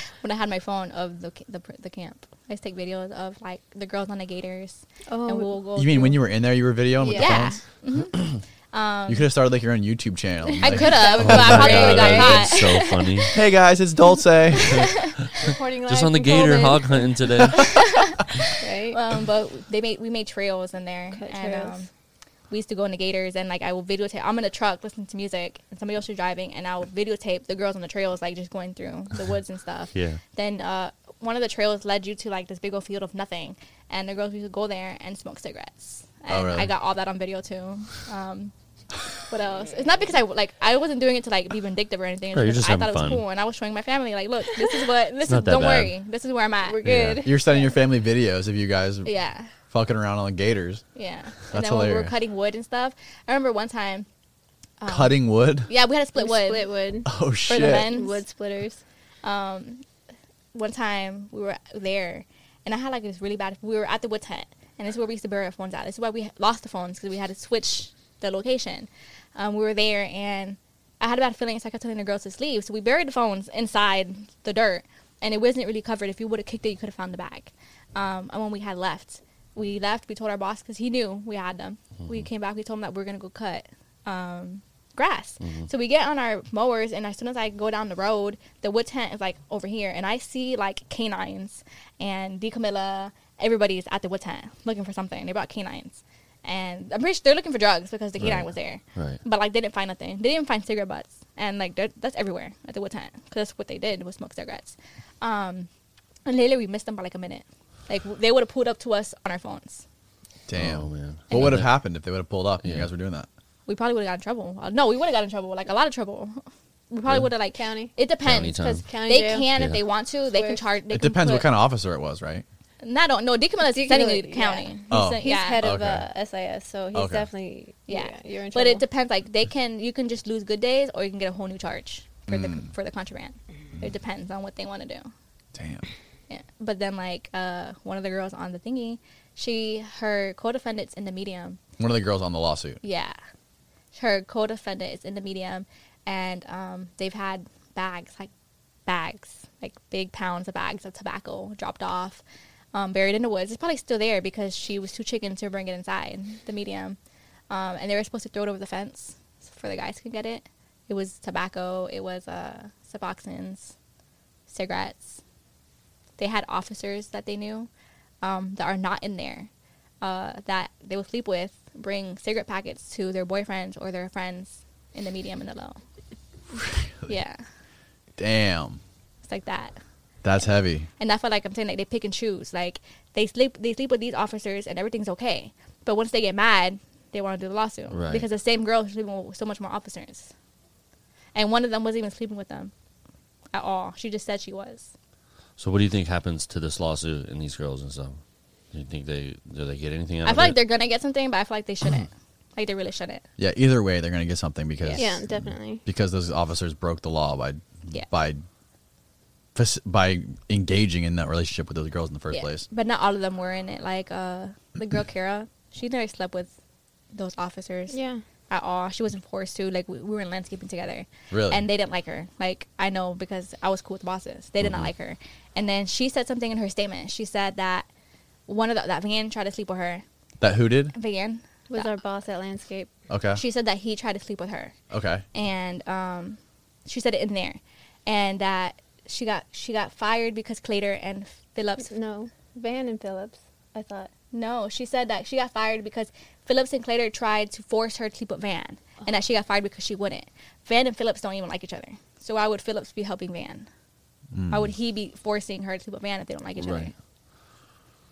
Speaker 3: when I had my phone of the, ca- the pr- the camp. I used to take videos of like the girls on the gators.
Speaker 2: Oh,
Speaker 3: and we'll go
Speaker 1: You mean when
Speaker 3: through-
Speaker 1: you were in there, you were videoing with the
Speaker 3: Yeah. Mm-hmm. Um,
Speaker 1: phones? you could have started like your own YouTube channel.
Speaker 3: I
Speaker 1: Like, Oh
Speaker 3: could have, but I probably
Speaker 5: God,
Speaker 3: would've got
Speaker 5: that's
Speaker 3: caught.
Speaker 5: so funny.
Speaker 1: Hey guys, it's Dulce.
Speaker 2: recording
Speaker 5: Just
Speaker 2: live
Speaker 5: on the
Speaker 2: from
Speaker 5: gator
Speaker 2: COVID,
Speaker 5: hog hunting today.
Speaker 2: Right?
Speaker 3: Um, but they made we made trails in there,
Speaker 2: Cut
Speaker 3: and
Speaker 2: trails.
Speaker 3: um, we used to go in the gators. And like I will videotape. I'm in a truck listening to music, and somebody else is driving, and I'll videotape the girls on the trails, like just going through the woods and stuff.
Speaker 5: Yeah.
Speaker 3: Then uh, one of the trails led you to like this big old field of nothing, and the girls used to go there and smoke cigarettes.
Speaker 5: Oh,
Speaker 3: And
Speaker 1: really?
Speaker 3: I got all that on video too. Um, what else? It's not because I like I wasn't doing it to like be vindictive or anything. It's
Speaker 5: Right, you're
Speaker 3: because
Speaker 5: just
Speaker 3: I
Speaker 5: having
Speaker 3: thought it was
Speaker 5: fun.
Speaker 3: cool, and I was showing my family like, look, this is what this is.
Speaker 5: not that
Speaker 3: Don't
Speaker 5: bad.
Speaker 3: worry, this is where I'm at.
Speaker 2: We're good.
Speaker 1: You're sending your family videos of you guys
Speaker 3: yeah.
Speaker 1: fucking around on gators,
Speaker 3: Yeah. and
Speaker 1: That's
Speaker 3: then when we were
Speaker 1: hilarious.
Speaker 3: cutting wood and stuff, I remember one time,
Speaker 1: cutting wood.
Speaker 3: Uh, yeah, we had to
Speaker 2: We
Speaker 3: split wood.
Speaker 2: Split wood.
Speaker 1: Oh
Speaker 3: For
Speaker 1: shit!
Speaker 3: the men.
Speaker 2: Wood splitters.
Speaker 3: One time we were there, and I had like this really bad. We were at the wood tent, and this is where we used to bury our phones at. This is why we lost the phones because we had to switch the location. Um, we were there, and I had a bad feeling, so I kept telling the girls to leave. So we buried the phones inside the dirt, and it wasn't really covered. If you would have kicked it, you could have found the bag. Um, and when we had left, we left. We told our boss because he knew we had them.
Speaker 5: Mm-hmm.
Speaker 3: We came back. We told him that we were gonna go cut. Um, grass.
Speaker 5: Mm-hmm.
Speaker 3: So we get on our mowers, and as soon as I go down the road, the wood tent is like over here, and I see like canines and D Camilla. Everybody's at the wood tent looking for something. They brought canines, and I'm pretty sure they're looking for drugs because the canine was there.
Speaker 5: Right.
Speaker 3: But like they didn't find nothing. They didn't find cigarette butts, and like they're- that's everywhere at the wood tent because that's what they did was smoke cigarettes. Um, and later we missed them by like a minute. Like w- they would have pulled up to us on our phones.
Speaker 1: Damn.
Speaker 5: Oh, man.
Speaker 1: What would have happened if they would have pulled up? and You
Speaker 5: Yeah.
Speaker 1: guys were doing that.
Speaker 3: we probably would have gotten in trouble. Uh, No, we would have gotten in trouble, like a lot of trouble. We probably would have like
Speaker 2: County?
Speaker 3: It depends
Speaker 5: County time.
Speaker 3: because
Speaker 2: County
Speaker 3: they
Speaker 2: jail?
Speaker 3: can if
Speaker 5: Yeah.
Speaker 3: they want to. They can
Speaker 2: Worse.
Speaker 3: charge. They
Speaker 1: It
Speaker 3: can
Speaker 1: depends what
Speaker 3: put-
Speaker 1: kind of officer it was, right?
Speaker 3: Not on, no, Decamilla is
Speaker 2: Decamilla,
Speaker 3: technically the
Speaker 2: yeah.
Speaker 3: county. He's
Speaker 1: Oh.
Speaker 3: the-
Speaker 2: He's
Speaker 3: yeah.
Speaker 2: head of
Speaker 1: Okay.
Speaker 2: uh, SIS, so he's
Speaker 1: Okay.
Speaker 2: definitely
Speaker 3: Yeah,
Speaker 2: you're in trouble.
Speaker 3: but it depends. Like they can, you can just lose good days, or you can get a whole new charge for
Speaker 1: Mm.
Speaker 3: the for the contraband.
Speaker 2: Mm.
Speaker 3: It depends on what they want to do.
Speaker 1: Damn.
Speaker 3: Yeah. But then like uh, one of the girls on the thingy, she her co-defendants in the medium
Speaker 1: One of the girls on the lawsuit.
Speaker 3: Yeah. Her co defendant is in the medium, and um, they've had bags, like bags, like big pounds of bags of tobacco dropped off, um, buried in the woods. It's probably still there because she was too chicken to bring it inside the medium. Um, and they were supposed to throw it over the fence for the guys could get it. It was tobacco, it was uh, Suboxones, cigarettes. They had officers that they knew um, that are not in there uh, that they would sleep with bring cigarette packets to their boyfriends or their friends in the medium and the low. Yeah,
Speaker 1: Damn.
Speaker 3: it's like that.
Speaker 1: That's heavy.
Speaker 3: And I feel like I'm saying like they pick and choose. Like they sleep they sleep with these officers and everything's okay. But once they get mad, they want to do the lawsuit
Speaker 5: Right.
Speaker 3: because the same girl is sleeping with so much more officers. And one of them wasn't even sleeping with them at all. She just said she was.
Speaker 5: So what do you think happens to this lawsuit and these girls and stuff? Do you think they do they get anything out
Speaker 3: I
Speaker 5: of
Speaker 3: feel like
Speaker 5: it?
Speaker 3: they're gonna get something, but I feel like they shouldn't. like they really shouldn't.
Speaker 1: Yeah. Either way, they're gonna get something because
Speaker 2: yeah, definitely.
Speaker 1: because those officers broke the law by
Speaker 3: Yeah.
Speaker 1: by fac- by engaging in that relationship with those girls in the first place.
Speaker 3: But not all of them were in it. Like uh, the girl Kara, she never slept with those officers
Speaker 2: Yeah.
Speaker 3: at all. She wasn't forced to. Like we, we were in landscaping together,
Speaker 1: Really?
Speaker 3: and they didn't like her. Like I know because I was cool with the bosses. They did not like her. And then she said something in her statement. She said that one of the, that van tried to sleep with her.
Speaker 1: That who did?
Speaker 3: Van
Speaker 2: Was our boss at Landscape.
Speaker 1: Okay.
Speaker 3: She said that he tried to sleep with her
Speaker 1: okay.
Speaker 3: and um, she said it in there, and that she got she got fired because Clater and Phillips
Speaker 2: No, Van and Phillips. I thought.
Speaker 3: No, she said that she got fired because Phillips and Clater tried to force her to sleep with Van, and that she got fired because she wouldn't. Van and Phillips don't even like each other, so why would Phillips be helping Van?
Speaker 1: Hmm.
Speaker 3: Why would he be forcing her to sleep with Van if they don't like each other?
Speaker 5: Right.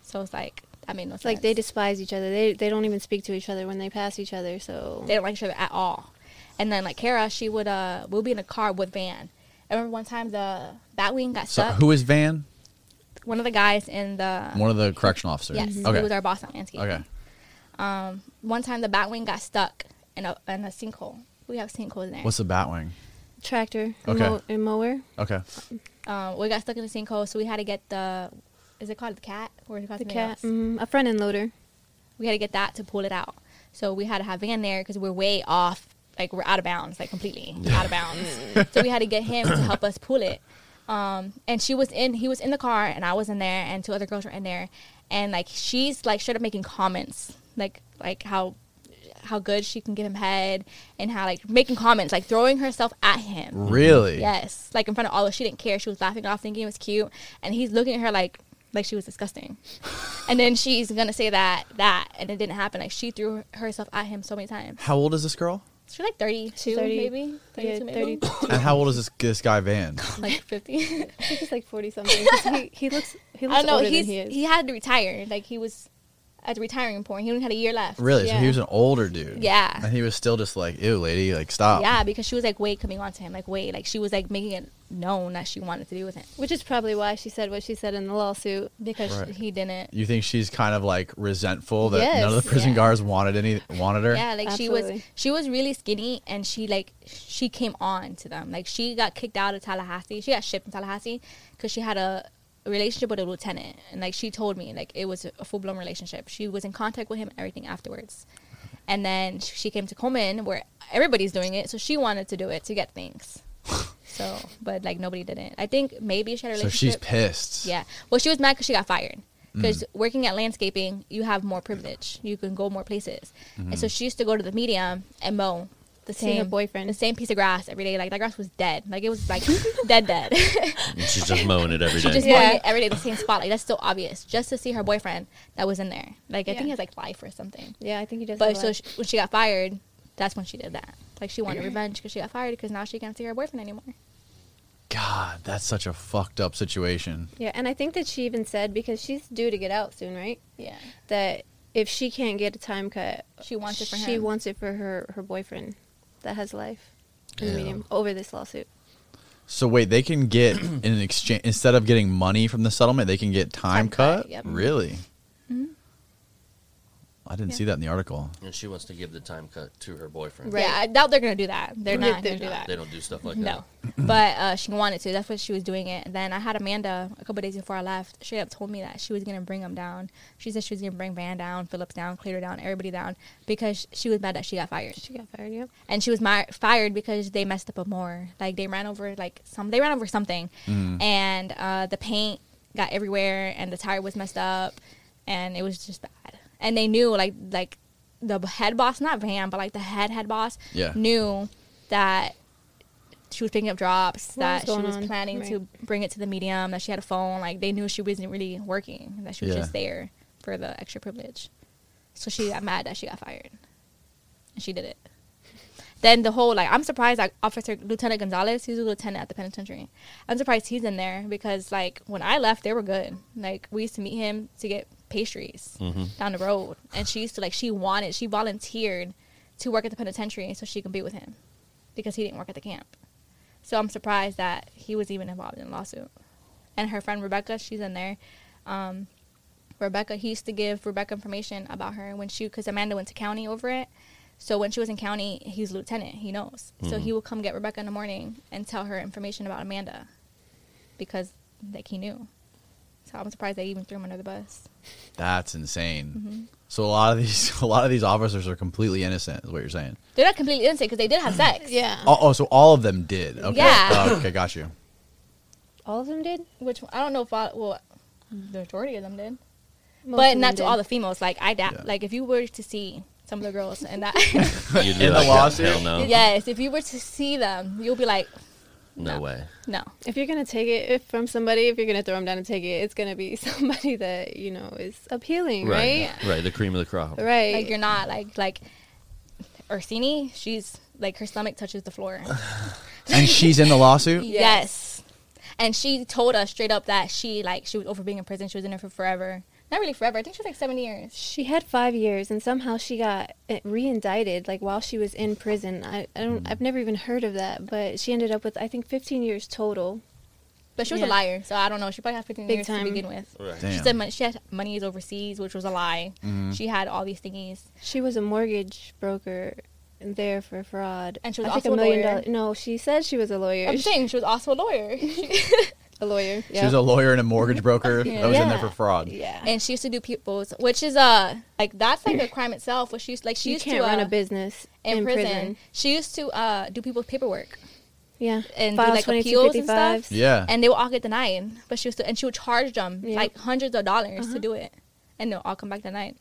Speaker 3: So it's like that made no sense.
Speaker 2: Like they despise each other. They they don't even speak to each other when they pass each other. So
Speaker 3: they don't like each other at all. And then like Kara, she would uh would be in a car with Van. I remember one time the Batwing got
Speaker 1: So
Speaker 3: stuck.
Speaker 1: who is Van?
Speaker 3: one of the guys in the
Speaker 1: One of the correctional officers.
Speaker 2: Mm-hmm.
Speaker 3: yes, he
Speaker 1: Okay.
Speaker 3: was our boss on Lansky.
Speaker 1: okay.
Speaker 3: One time the Batwing got stuck in a in a sinkhole. We have sinkholes in there.
Speaker 1: What's the Batwing?
Speaker 2: tractor and,
Speaker 1: Okay.
Speaker 2: mow- and mower.
Speaker 1: Okay.
Speaker 3: um, we got stuck in the sinkhole, so we had to get the is it called the cat or is it called
Speaker 2: The
Speaker 3: something
Speaker 2: cat,
Speaker 3: else?
Speaker 2: mm, a front end loader.
Speaker 3: We had to get that to pull it out. So we had to have Van there because we're way off, like we're out of bounds, like completely out of bounds. so we had to get him to help us pull it. Um, and she was in, he was in the car, and I was in there, and two other girls were in there, and like she's like straight up making comments, like like how how good she can give him head, and how like making comments, like throwing herself at him.
Speaker 1: Really?
Speaker 3: Yes, like in front of all of us. She didn't care. She was laughing it off, thinking it was cute, and he's looking at her like like she was disgusting. and then she's gonna say that that, and it didn't happen. Like she threw herself at him so many times.
Speaker 1: How old is this girl?
Speaker 3: She's like 32
Speaker 2: 30
Speaker 3: maybe,
Speaker 2: yeah,
Speaker 3: 32 maybe,
Speaker 1: And how old is this this guy Van?
Speaker 3: like 50.
Speaker 2: I think he's like forty something. he, he looks he looks
Speaker 3: I don't know.
Speaker 2: older
Speaker 3: He's,
Speaker 2: than he
Speaker 3: he,
Speaker 2: is.
Speaker 3: had to retire. Like he was at the retiring point. He only had a year left.
Speaker 1: Really? So
Speaker 2: Yeah.
Speaker 1: he was an older dude.
Speaker 3: Yeah.
Speaker 1: And he was still just like, ew, lady, like stop.
Speaker 3: Yeah, because she was like way coming on to him, like way, like she was like making it known that she wanted to be with him
Speaker 2: Which is probably why she said what she said in the lawsuit.
Speaker 3: because
Speaker 1: Right.
Speaker 3: he didn't.
Speaker 1: You think she's kind of like resentful that
Speaker 2: Yes,
Speaker 1: none of the prison
Speaker 3: yeah.
Speaker 1: guards wanted any wanted her?
Speaker 3: Yeah, like she was
Speaker 2: Absolutely.
Speaker 3: she was really skinny and she like she came on to them. Like she got kicked out of Tallahassee. She got shipped in Tallahassee cuz she had a relationship with a lieutenant and like she told me like it was a full-blown relationship. She was in contact with him and everything afterwards. And then sh- she came to Coleman where everybody's doing it, so she wanted to do it to get things. so, but like nobody did it. I think maybe she had a
Speaker 1: So
Speaker 3: relationship.
Speaker 1: she's pissed.
Speaker 3: Yeah. Well, she was mad because she got fired. Because working at landscaping, you have more privilege. You can go more places. And so she used to go to the medium and mow the
Speaker 2: See her
Speaker 3: same
Speaker 2: boyfriend.
Speaker 3: the same piece of grass every day. Like that grass was dead. Like it was like dead, dead.
Speaker 5: And she's just mowing it every day.
Speaker 3: just
Speaker 2: Yeah.
Speaker 3: mowing it every day the same spot. Like that's so obvious. Just to see her boyfriend that was in there. Like I think
Speaker 2: Yeah.
Speaker 3: he has like life or something.
Speaker 2: Yeah, I think he does.
Speaker 3: But
Speaker 2: have
Speaker 3: so
Speaker 2: a-
Speaker 3: she, when she got fired, that's when she did that. Like she wanted revenge because she got fired because now she can't see her boyfriend anymore.
Speaker 1: God, that's such a fucked up situation.
Speaker 2: yeah, and I think that she even said because she's due to get out soon, right?
Speaker 3: Yeah.
Speaker 2: That if she can't get a time cut,
Speaker 3: She wants it for
Speaker 2: she
Speaker 3: him.
Speaker 2: wants it for her her boyfriend that has life in the
Speaker 1: Yeah.
Speaker 2: medium over this lawsuit.
Speaker 1: So wait, they can get in exchange instead of getting money from the settlement, they can get time,
Speaker 3: Time cut,
Speaker 1: cut.
Speaker 3: yep. Mm-hmm.
Speaker 1: Really? I didn't
Speaker 3: Yeah.
Speaker 1: see that in the article.
Speaker 5: and she wants to give the time cut to her boyfriend.
Speaker 2: Right.
Speaker 3: Yeah, I doubt they're gonna do that. They're
Speaker 2: Yeah,
Speaker 3: not
Speaker 2: they're
Speaker 3: gonna do
Speaker 2: not.
Speaker 3: that.
Speaker 5: They don't do stuff like
Speaker 3: No, but uh, she wanted to. That's what she was doing it. And then I had Amanda a couple days before I left. Straight up told me that she was gonna bring them down. She said she was gonna bring Van down, Phillips down, Clear down, everybody down because she was mad that she got fired.
Speaker 2: She got fired. Yep.
Speaker 3: And she was mi- fired because they messed up a more. Like they ran over like some. They ran over something, and uh, the paint got everywhere, and the tire was messed up, and it was just bad. And they knew like like the head boss, not Van, but like the head head boss,
Speaker 1: Yeah.
Speaker 3: knew that she was picking up drops,
Speaker 2: What was
Speaker 3: that she
Speaker 2: going
Speaker 3: was
Speaker 2: on?
Speaker 3: planning to bring it to the medium, that she had a phone. Like they knew she wasn't really working, that she was
Speaker 1: Yeah.
Speaker 3: just there for the extra privilege. So she got mad that she got fired, and she did it. Then the whole like I'm surprised like Officer Lieutenant Gonzalez, he's a lieutenant at the penitentiary. I'm surprised he's in there because like when I left, they were good. Like we used to meet him to get pastries down the road, and she used to like she wanted she volunteered to work at the penitentiary so she can be with him because he didn't work at the camp. So I'm surprised that he was even involved in the lawsuit. And her friend Rebecca, she's in there. Um, Rebecca, he used to give Rebecca information about her when she, because Amanda went to county over it. So when she was in county, he's lieutenant. He knows. So he will come get Rebecca in the morning and tell her information about Amanda, because like he knew. So I'm surprised they even threw him under the bus.
Speaker 1: That's insane.
Speaker 3: Mm-hmm.
Speaker 1: So a lot of these a lot of these officers are completely innocent, is what you're saying.
Speaker 3: They're not completely innocent because they did have sex.
Speaker 2: Yeah.
Speaker 1: Oh, oh, so all of them did. Okay.
Speaker 3: Uh-huh. Yeah.
Speaker 1: Oh, okay, got you.
Speaker 2: All of them did.
Speaker 3: Which I don't know if all, well, the majority of them did.
Speaker 2: Most of
Speaker 3: but
Speaker 2: them
Speaker 3: not to
Speaker 2: did.
Speaker 3: all the females. Like I doubt.
Speaker 1: Yeah. Uh-huh.
Speaker 3: Like if you were to see some of the girls and that,
Speaker 5: that. You'd be
Speaker 1: In the
Speaker 5: like,
Speaker 1: lawsuit?
Speaker 5: Hell no.
Speaker 3: yes, if you were to see them, you'll be like,
Speaker 5: No way.
Speaker 3: no.
Speaker 2: If you're gonna take it if- from somebody, if you're gonna throw them down and take it, it's gonna be somebody that you know is appealing, right?
Speaker 5: Right. Right. The cream of the crop.
Speaker 2: Right.
Speaker 3: Like you're not like like Ursini. She's like her stomach touches the floor.
Speaker 1: And she's in the lawsuit?
Speaker 3: yes. And she told us straight up that she like she was over being in prison. She was in there for forever. Not really forever. I think she was like seven years.
Speaker 2: she had five years, and somehow she got uh, re-indicted, like while she was in prison. I, I
Speaker 1: Mm-hmm.
Speaker 2: don't, I've never even heard of that, but she ended up with I think 15 years total.
Speaker 3: But she was
Speaker 2: Yeah.
Speaker 3: a liar, so I don't know. She probably had 15
Speaker 2: Big
Speaker 3: years
Speaker 2: time.
Speaker 3: to begin with.
Speaker 5: Right.
Speaker 1: Damn. Mm-hmm.
Speaker 3: She said mon- she had monies overseas, which was a lie. She had all these thingies.
Speaker 2: She was a mortgage broker there for fraud,
Speaker 3: And she was
Speaker 2: I think
Speaker 3: also a
Speaker 2: million
Speaker 3: lawyer.
Speaker 2: dollar- No, she said she was a lawyer.
Speaker 3: I'm
Speaker 2: She-
Speaker 3: saying she was also a lawyer. She-
Speaker 2: a a lawyer. Yeah.
Speaker 1: She was a lawyer and a mortgage broker that was in there
Speaker 2: Yeah.
Speaker 1: for fraud.
Speaker 2: yeah.
Speaker 3: and she used to do people's, which is uh like that's like a crime itself. Which she used like she
Speaker 2: you
Speaker 3: used
Speaker 2: can't
Speaker 3: to
Speaker 2: run
Speaker 3: uh,
Speaker 2: a business
Speaker 3: in, prison. She used to uh do people's paperwork
Speaker 2: Yeah.
Speaker 3: and
Speaker 2: File
Speaker 3: do like appeals and stuff.
Speaker 2: 2255s.
Speaker 1: Yeah.
Speaker 3: and they would all get denied, but she was still, and she would charge them
Speaker 2: Yeah.
Speaker 3: like hundreds of dollars
Speaker 2: Uh-huh.
Speaker 3: to do it, and they'll all come back denied.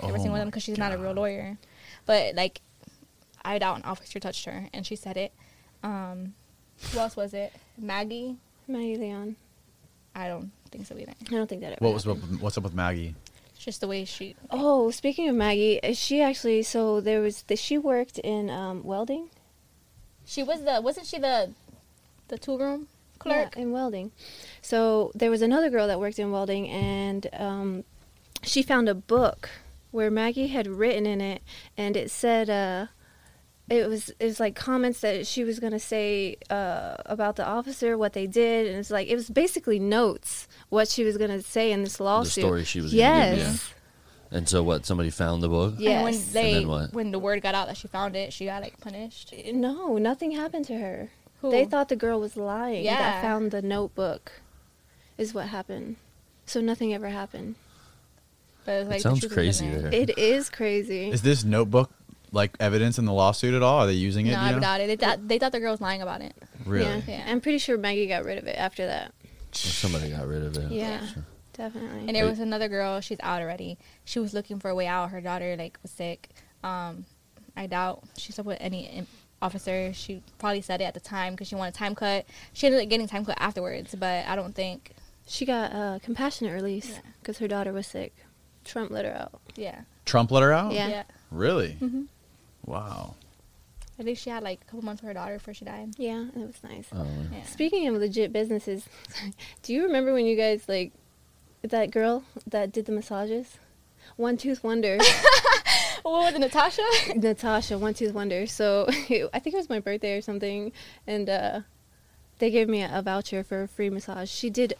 Speaker 3: Every single one of them because she's not a real lawyer, but like I doubt an officer touched her, and she said it. Um, who else was it? Maggie.
Speaker 2: Maggie Leon.
Speaker 3: I don't think so either.
Speaker 2: I don't think that ever.
Speaker 1: what was up, what's up with Maggie?
Speaker 3: It's just the way she.
Speaker 2: Oh, speaking of Maggie, uh, she actually so there was the, she worked in um, welding.
Speaker 3: She was the wasn't she the the tool room clerk?
Speaker 2: Yeah, in welding. So there was another girl that worked in welding, and um, she found a book where Maggie had written in it, and it said uh, it was it was like comments that she was gonna say uh, about the officer, what they did, and it's like it was basically notes what she was gonna say in this lawsuit.
Speaker 5: story she was gonna
Speaker 2: Yes.
Speaker 5: give, And so what? Somebody found the book.
Speaker 2: Yeah.
Speaker 3: And when
Speaker 2: Yes.
Speaker 3: they
Speaker 5: And then what?
Speaker 3: when the word got out that she found it, she got like punished.
Speaker 2: No, nothing happened to her.
Speaker 3: Who?
Speaker 2: They thought the girl was lying.
Speaker 3: Yeah.
Speaker 2: That found the notebook is what happened. So nothing ever happened.
Speaker 3: But it was, like, the
Speaker 5: sounds
Speaker 3: truth was
Speaker 5: crazy
Speaker 3: in it.
Speaker 5: there.
Speaker 2: It is crazy.
Speaker 1: Is this notebook like evidence in the lawsuit at all? Are they using it?
Speaker 3: No,
Speaker 1: you
Speaker 3: I
Speaker 1: know?
Speaker 3: doubt it. They thought, they thought the girl was lying about it.
Speaker 1: Really?
Speaker 2: Yeah.
Speaker 3: Yeah.
Speaker 2: I'm pretty sure Maggie got rid of it after that.
Speaker 5: Somebody got rid of it.
Speaker 2: Yeah.
Speaker 5: Sure.
Speaker 2: Definitely.
Speaker 3: And there was another girl. She's out already. She was looking for a way out. Her daughter like was sick. Um, I doubt she's up with any im- officer. She probably said it at the time because she wanted time cut. She ended up getting time cut afterwards, but I don't think.
Speaker 2: she got a compassionate release because her daughter was sick. Trump let her out.
Speaker 3: Yeah.
Speaker 1: Trump let her out?
Speaker 2: Yeah. Mm-hmm.
Speaker 1: Really? Wow.
Speaker 3: I think she had like a couple months with her daughter before she died.
Speaker 2: Yeah, and it was nice.
Speaker 5: Oh, yeah.
Speaker 3: Yeah.
Speaker 2: Speaking of legit businesses, do you remember when you guys like that girl that did the massages? One Tooth Wonder.
Speaker 3: What was it, Natasha?
Speaker 2: Natasha, One Tooth Wonder. So I think it was my birthday or something, and uh, they gave me a voucher for a free massage. She did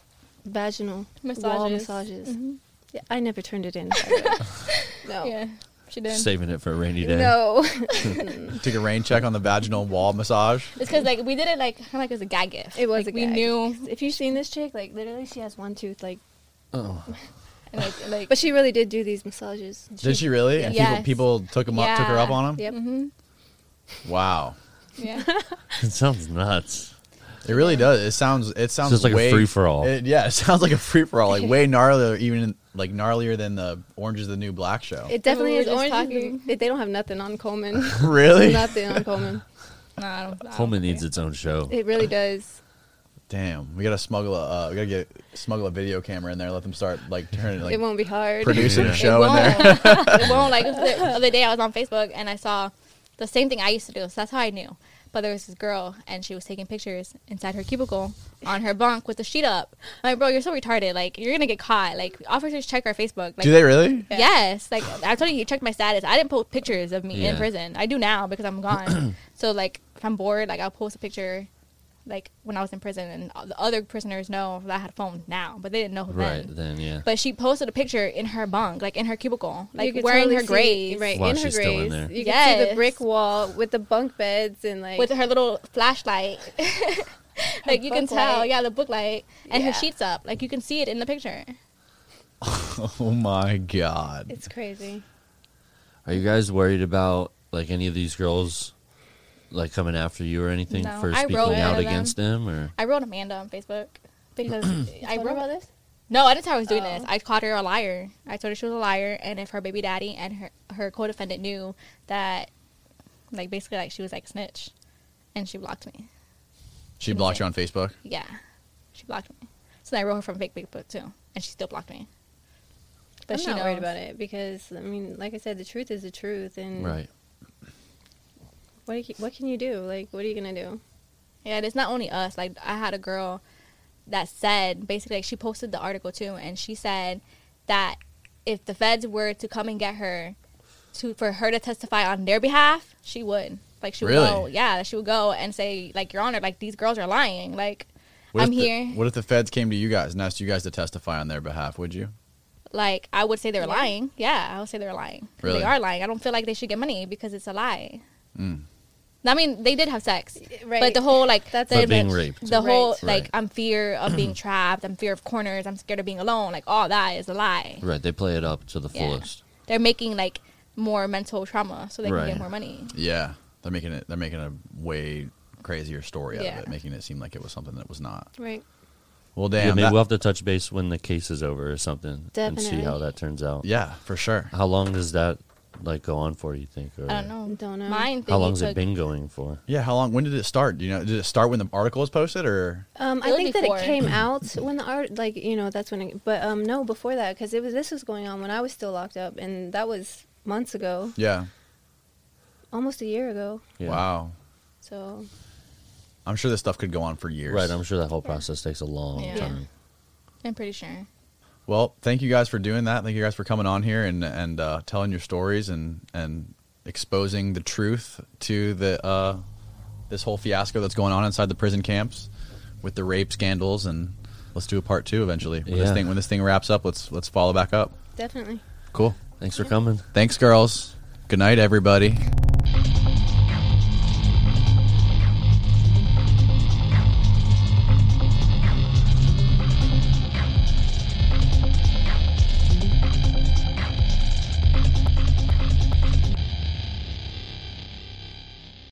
Speaker 2: vaginal wall
Speaker 3: Massages. Mm-hmm.
Speaker 2: massages. Yeah, I never turned it in. by the way. no.
Speaker 3: yeah. She did.
Speaker 5: Saving it for a rainy day.
Speaker 2: No.
Speaker 1: Took a rain check on the vaginal wall massage.
Speaker 3: It's because like we did it like kind of like it was a gag gift.
Speaker 2: It was
Speaker 3: Like,
Speaker 2: a
Speaker 3: We
Speaker 2: gag.
Speaker 3: knew.
Speaker 2: if you've seen this chick, like literally, she has one tooth. Like,
Speaker 5: Oh.
Speaker 3: And, like, like
Speaker 2: but she really did do these massages.
Speaker 1: Did she really? And
Speaker 3: Yes.
Speaker 1: people, people took 'em up, took her up
Speaker 3: Yeah.
Speaker 1: on him.
Speaker 2: Yep.
Speaker 3: Mm-hmm.
Speaker 1: Wow.
Speaker 3: yeah.
Speaker 5: It sounds nuts.
Speaker 1: It really does. It sounds. It sounds
Speaker 5: Sounds like a
Speaker 1: way-
Speaker 5: free-for-all.
Speaker 1: It, yeah, it sounds like a free for all. Like way gnarlier, even like gnarlier than the Orange is the New Black show.
Speaker 2: It definitely
Speaker 3: we were
Speaker 2: is
Speaker 3: just
Speaker 2: orange.
Speaker 3: talking.
Speaker 2: They, they don't have nothing on Coleman.
Speaker 1: really?
Speaker 2: nothing on Coleman.
Speaker 3: No, I don't. I don't
Speaker 5: Coleman
Speaker 3: think-
Speaker 5: needs its own show.
Speaker 2: It really does.
Speaker 1: Damn, we gotta smuggle a. Uh, we gotta get smuggle a video camera in there. Let them start like turning like
Speaker 2: it won't be hard.
Speaker 1: producing
Speaker 5: Yeah.
Speaker 1: a
Speaker 5: It
Speaker 1: show in there.
Speaker 3: it won't. Like the other day, I was on Facebook and I saw the same thing I used to do. So that's how I knew. But there was this girl and she was taking pictures inside her cubicle on her bunk with the sheet up. I'm like, bro, you're so retarded. Like, you're gonna get caught. Like, officers check our Facebook. Like,
Speaker 1: Do they really?
Speaker 3: Yes. Like, I told you, you checked my status. I didn't post pictures of me in
Speaker 5: Yeah.
Speaker 3: prison. I do now because I'm gone. so like, if I'm bored, like I'll post a picture. Like when I was in prison, and all the other prisoners know that I had a phone now, but they didn't know
Speaker 5: Right
Speaker 3: then.
Speaker 5: then, yeah.
Speaker 3: But she posted a picture in her bunk, like in her cubicle,
Speaker 2: You
Speaker 3: like
Speaker 2: could
Speaker 3: wearing
Speaker 2: totally
Speaker 3: her
Speaker 2: see-
Speaker 3: grays,
Speaker 2: right
Speaker 5: While
Speaker 2: in her
Speaker 5: she's still in
Speaker 2: grays.
Speaker 5: there.
Speaker 2: You can see
Speaker 3: Yes.
Speaker 2: the brick wall with the bunk beds and like
Speaker 3: with her little flashlight. like you can
Speaker 2: book
Speaker 3: tell,
Speaker 2: light.
Speaker 3: yeah, the book light and her
Speaker 2: Yeah.
Speaker 3: sheets up. Like you can see it in the picture.
Speaker 1: Oh my god.
Speaker 2: it's crazy.
Speaker 5: Are you guys worried about like any of these girls like coming after you or anything
Speaker 3: No,
Speaker 5: for
Speaker 3: I
Speaker 5: speaking
Speaker 3: wrote
Speaker 5: out
Speaker 3: one of
Speaker 5: against them or?
Speaker 3: I wrote Amanda on Facebook because I
Speaker 2: told her
Speaker 3: wrote
Speaker 2: about this?
Speaker 3: No, I didn't tell her I was doing
Speaker 2: Oh.
Speaker 3: this. I called her a liar. I told her she was a liar, and if her baby daddy and her her co-defendant knew that, like basically, like she was like snitch, and she blocked me.
Speaker 1: She blocked you on Facebook.
Speaker 3: Yeah, she blocked me. So then I wrote her from fake Facebook too, and she still blocked me.
Speaker 2: But I'm
Speaker 3: she
Speaker 2: not
Speaker 3: knows.
Speaker 2: worried about it because I mean, like I said, the truth is the truth, and
Speaker 3: Mm.
Speaker 5: Right.
Speaker 2: what do you, what can you do? Like, what are you gonna do?
Speaker 3: Yeah, and it's not only us. Like I had a girl that said basically like she posted the article too, and she said that if the feds were to come and get her to for her to testify on their behalf, she would. Like she would
Speaker 1: Really?
Speaker 3: go, yeah, she would go and say like Your Honor, like these girls are lying. Like
Speaker 1: What
Speaker 3: I'm
Speaker 1: if the-
Speaker 3: here.
Speaker 1: What if the feds came to you guys and asked you guys to testify on their behalf? Would you?
Speaker 3: like I would say they're lying. Yeah, I would say they're lying.
Speaker 1: Really? Hmm.
Speaker 3: They are lying. I don't feel like they should get money because it's a lie. I mean, they did have sex,
Speaker 2: right.
Speaker 3: But the whole like
Speaker 2: That's
Speaker 3: the,
Speaker 2: But
Speaker 5: being raped.
Speaker 3: the whole
Speaker 2: Right.
Speaker 3: like
Speaker 5: Right.
Speaker 3: I'm fear of being trapped. I'm fear of corners. I'm scared of being alone. Like all that is a lie.
Speaker 5: Right. They play it up to the
Speaker 3: Yeah.
Speaker 5: fullest.
Speaker 3: They're making like more mental trauma so they can
Speaker 5: Right.
Speaker 3: get more money.
Speaker 1: Yeah, they're making it. They're making a way crazier story out
Speaker 3: Yeah.
Speaker 1: of it, making it seem like it was something that was not.
Speaker 2: Right.
Speaker 1: Well,
Speaker 5: yeah,
Speaker 1: damn.
Speaker 5: maybe
Speaker 1: that-
Speaker 5: we'll have to touch base when the case is over or something and
Speaker 2: Definitely.
Speaker 5: see how that turns out.
Speaker 1: yeah, for sure.
Speaker 5: How long does that like go on for? You think? Or
Speaker 3: I don't know.
Speaker 2: Don't know.
Speaker 3: Mine.
Speaker 5: How
Speaker 3: thingy
Speaker 5: long's it
Speaker 3: took-
Speaker 5: been going for?
Speaker 1: Yeah, how long? When did it start? Do you know? Did it start when the article was posted, or
Speaker 2: Um,
Speaker 3: It
Speaker 2: I
Speaker 3: was
Speaker 2: think
Speaker 3: before.
Speaker 2: that it came out when the art, like you know, that's when. It, but um, no, before that, because it was this was going on when I was still locked up, and that was months ago,
Speaker 1: yeah?
Speaker 2: almost a year ago.
Speaker 5: Yeah.
Speaker 1: Wow,
Speaker 2: So
Speaker 1: I'm sure this stuff could go on for years.
Speaker 5: Right. I'm sure that whole process takes a long
Speaker 3: Yeah.
Speaker 5: time.
Speaker 3: I'm pretty sure.
Speaker 1: Well, thank you guys for doing that. Thank you guys for coming on here and and uh, telling your stories and and exposing the truth to the uh, this whole fiasco that's going on inside the prison camps with the rape scandals and let's do a part two eventually when this
Speaker 5: Yeah.
Speaker 1: thing when this thing wraps up. Let's let's follow back up.
Speaker 2: definitely.
Speaker 1: Cool.
Speaker 5: Thanks for coming.
Speaker 1: Thanks, girls. Good night, everybody.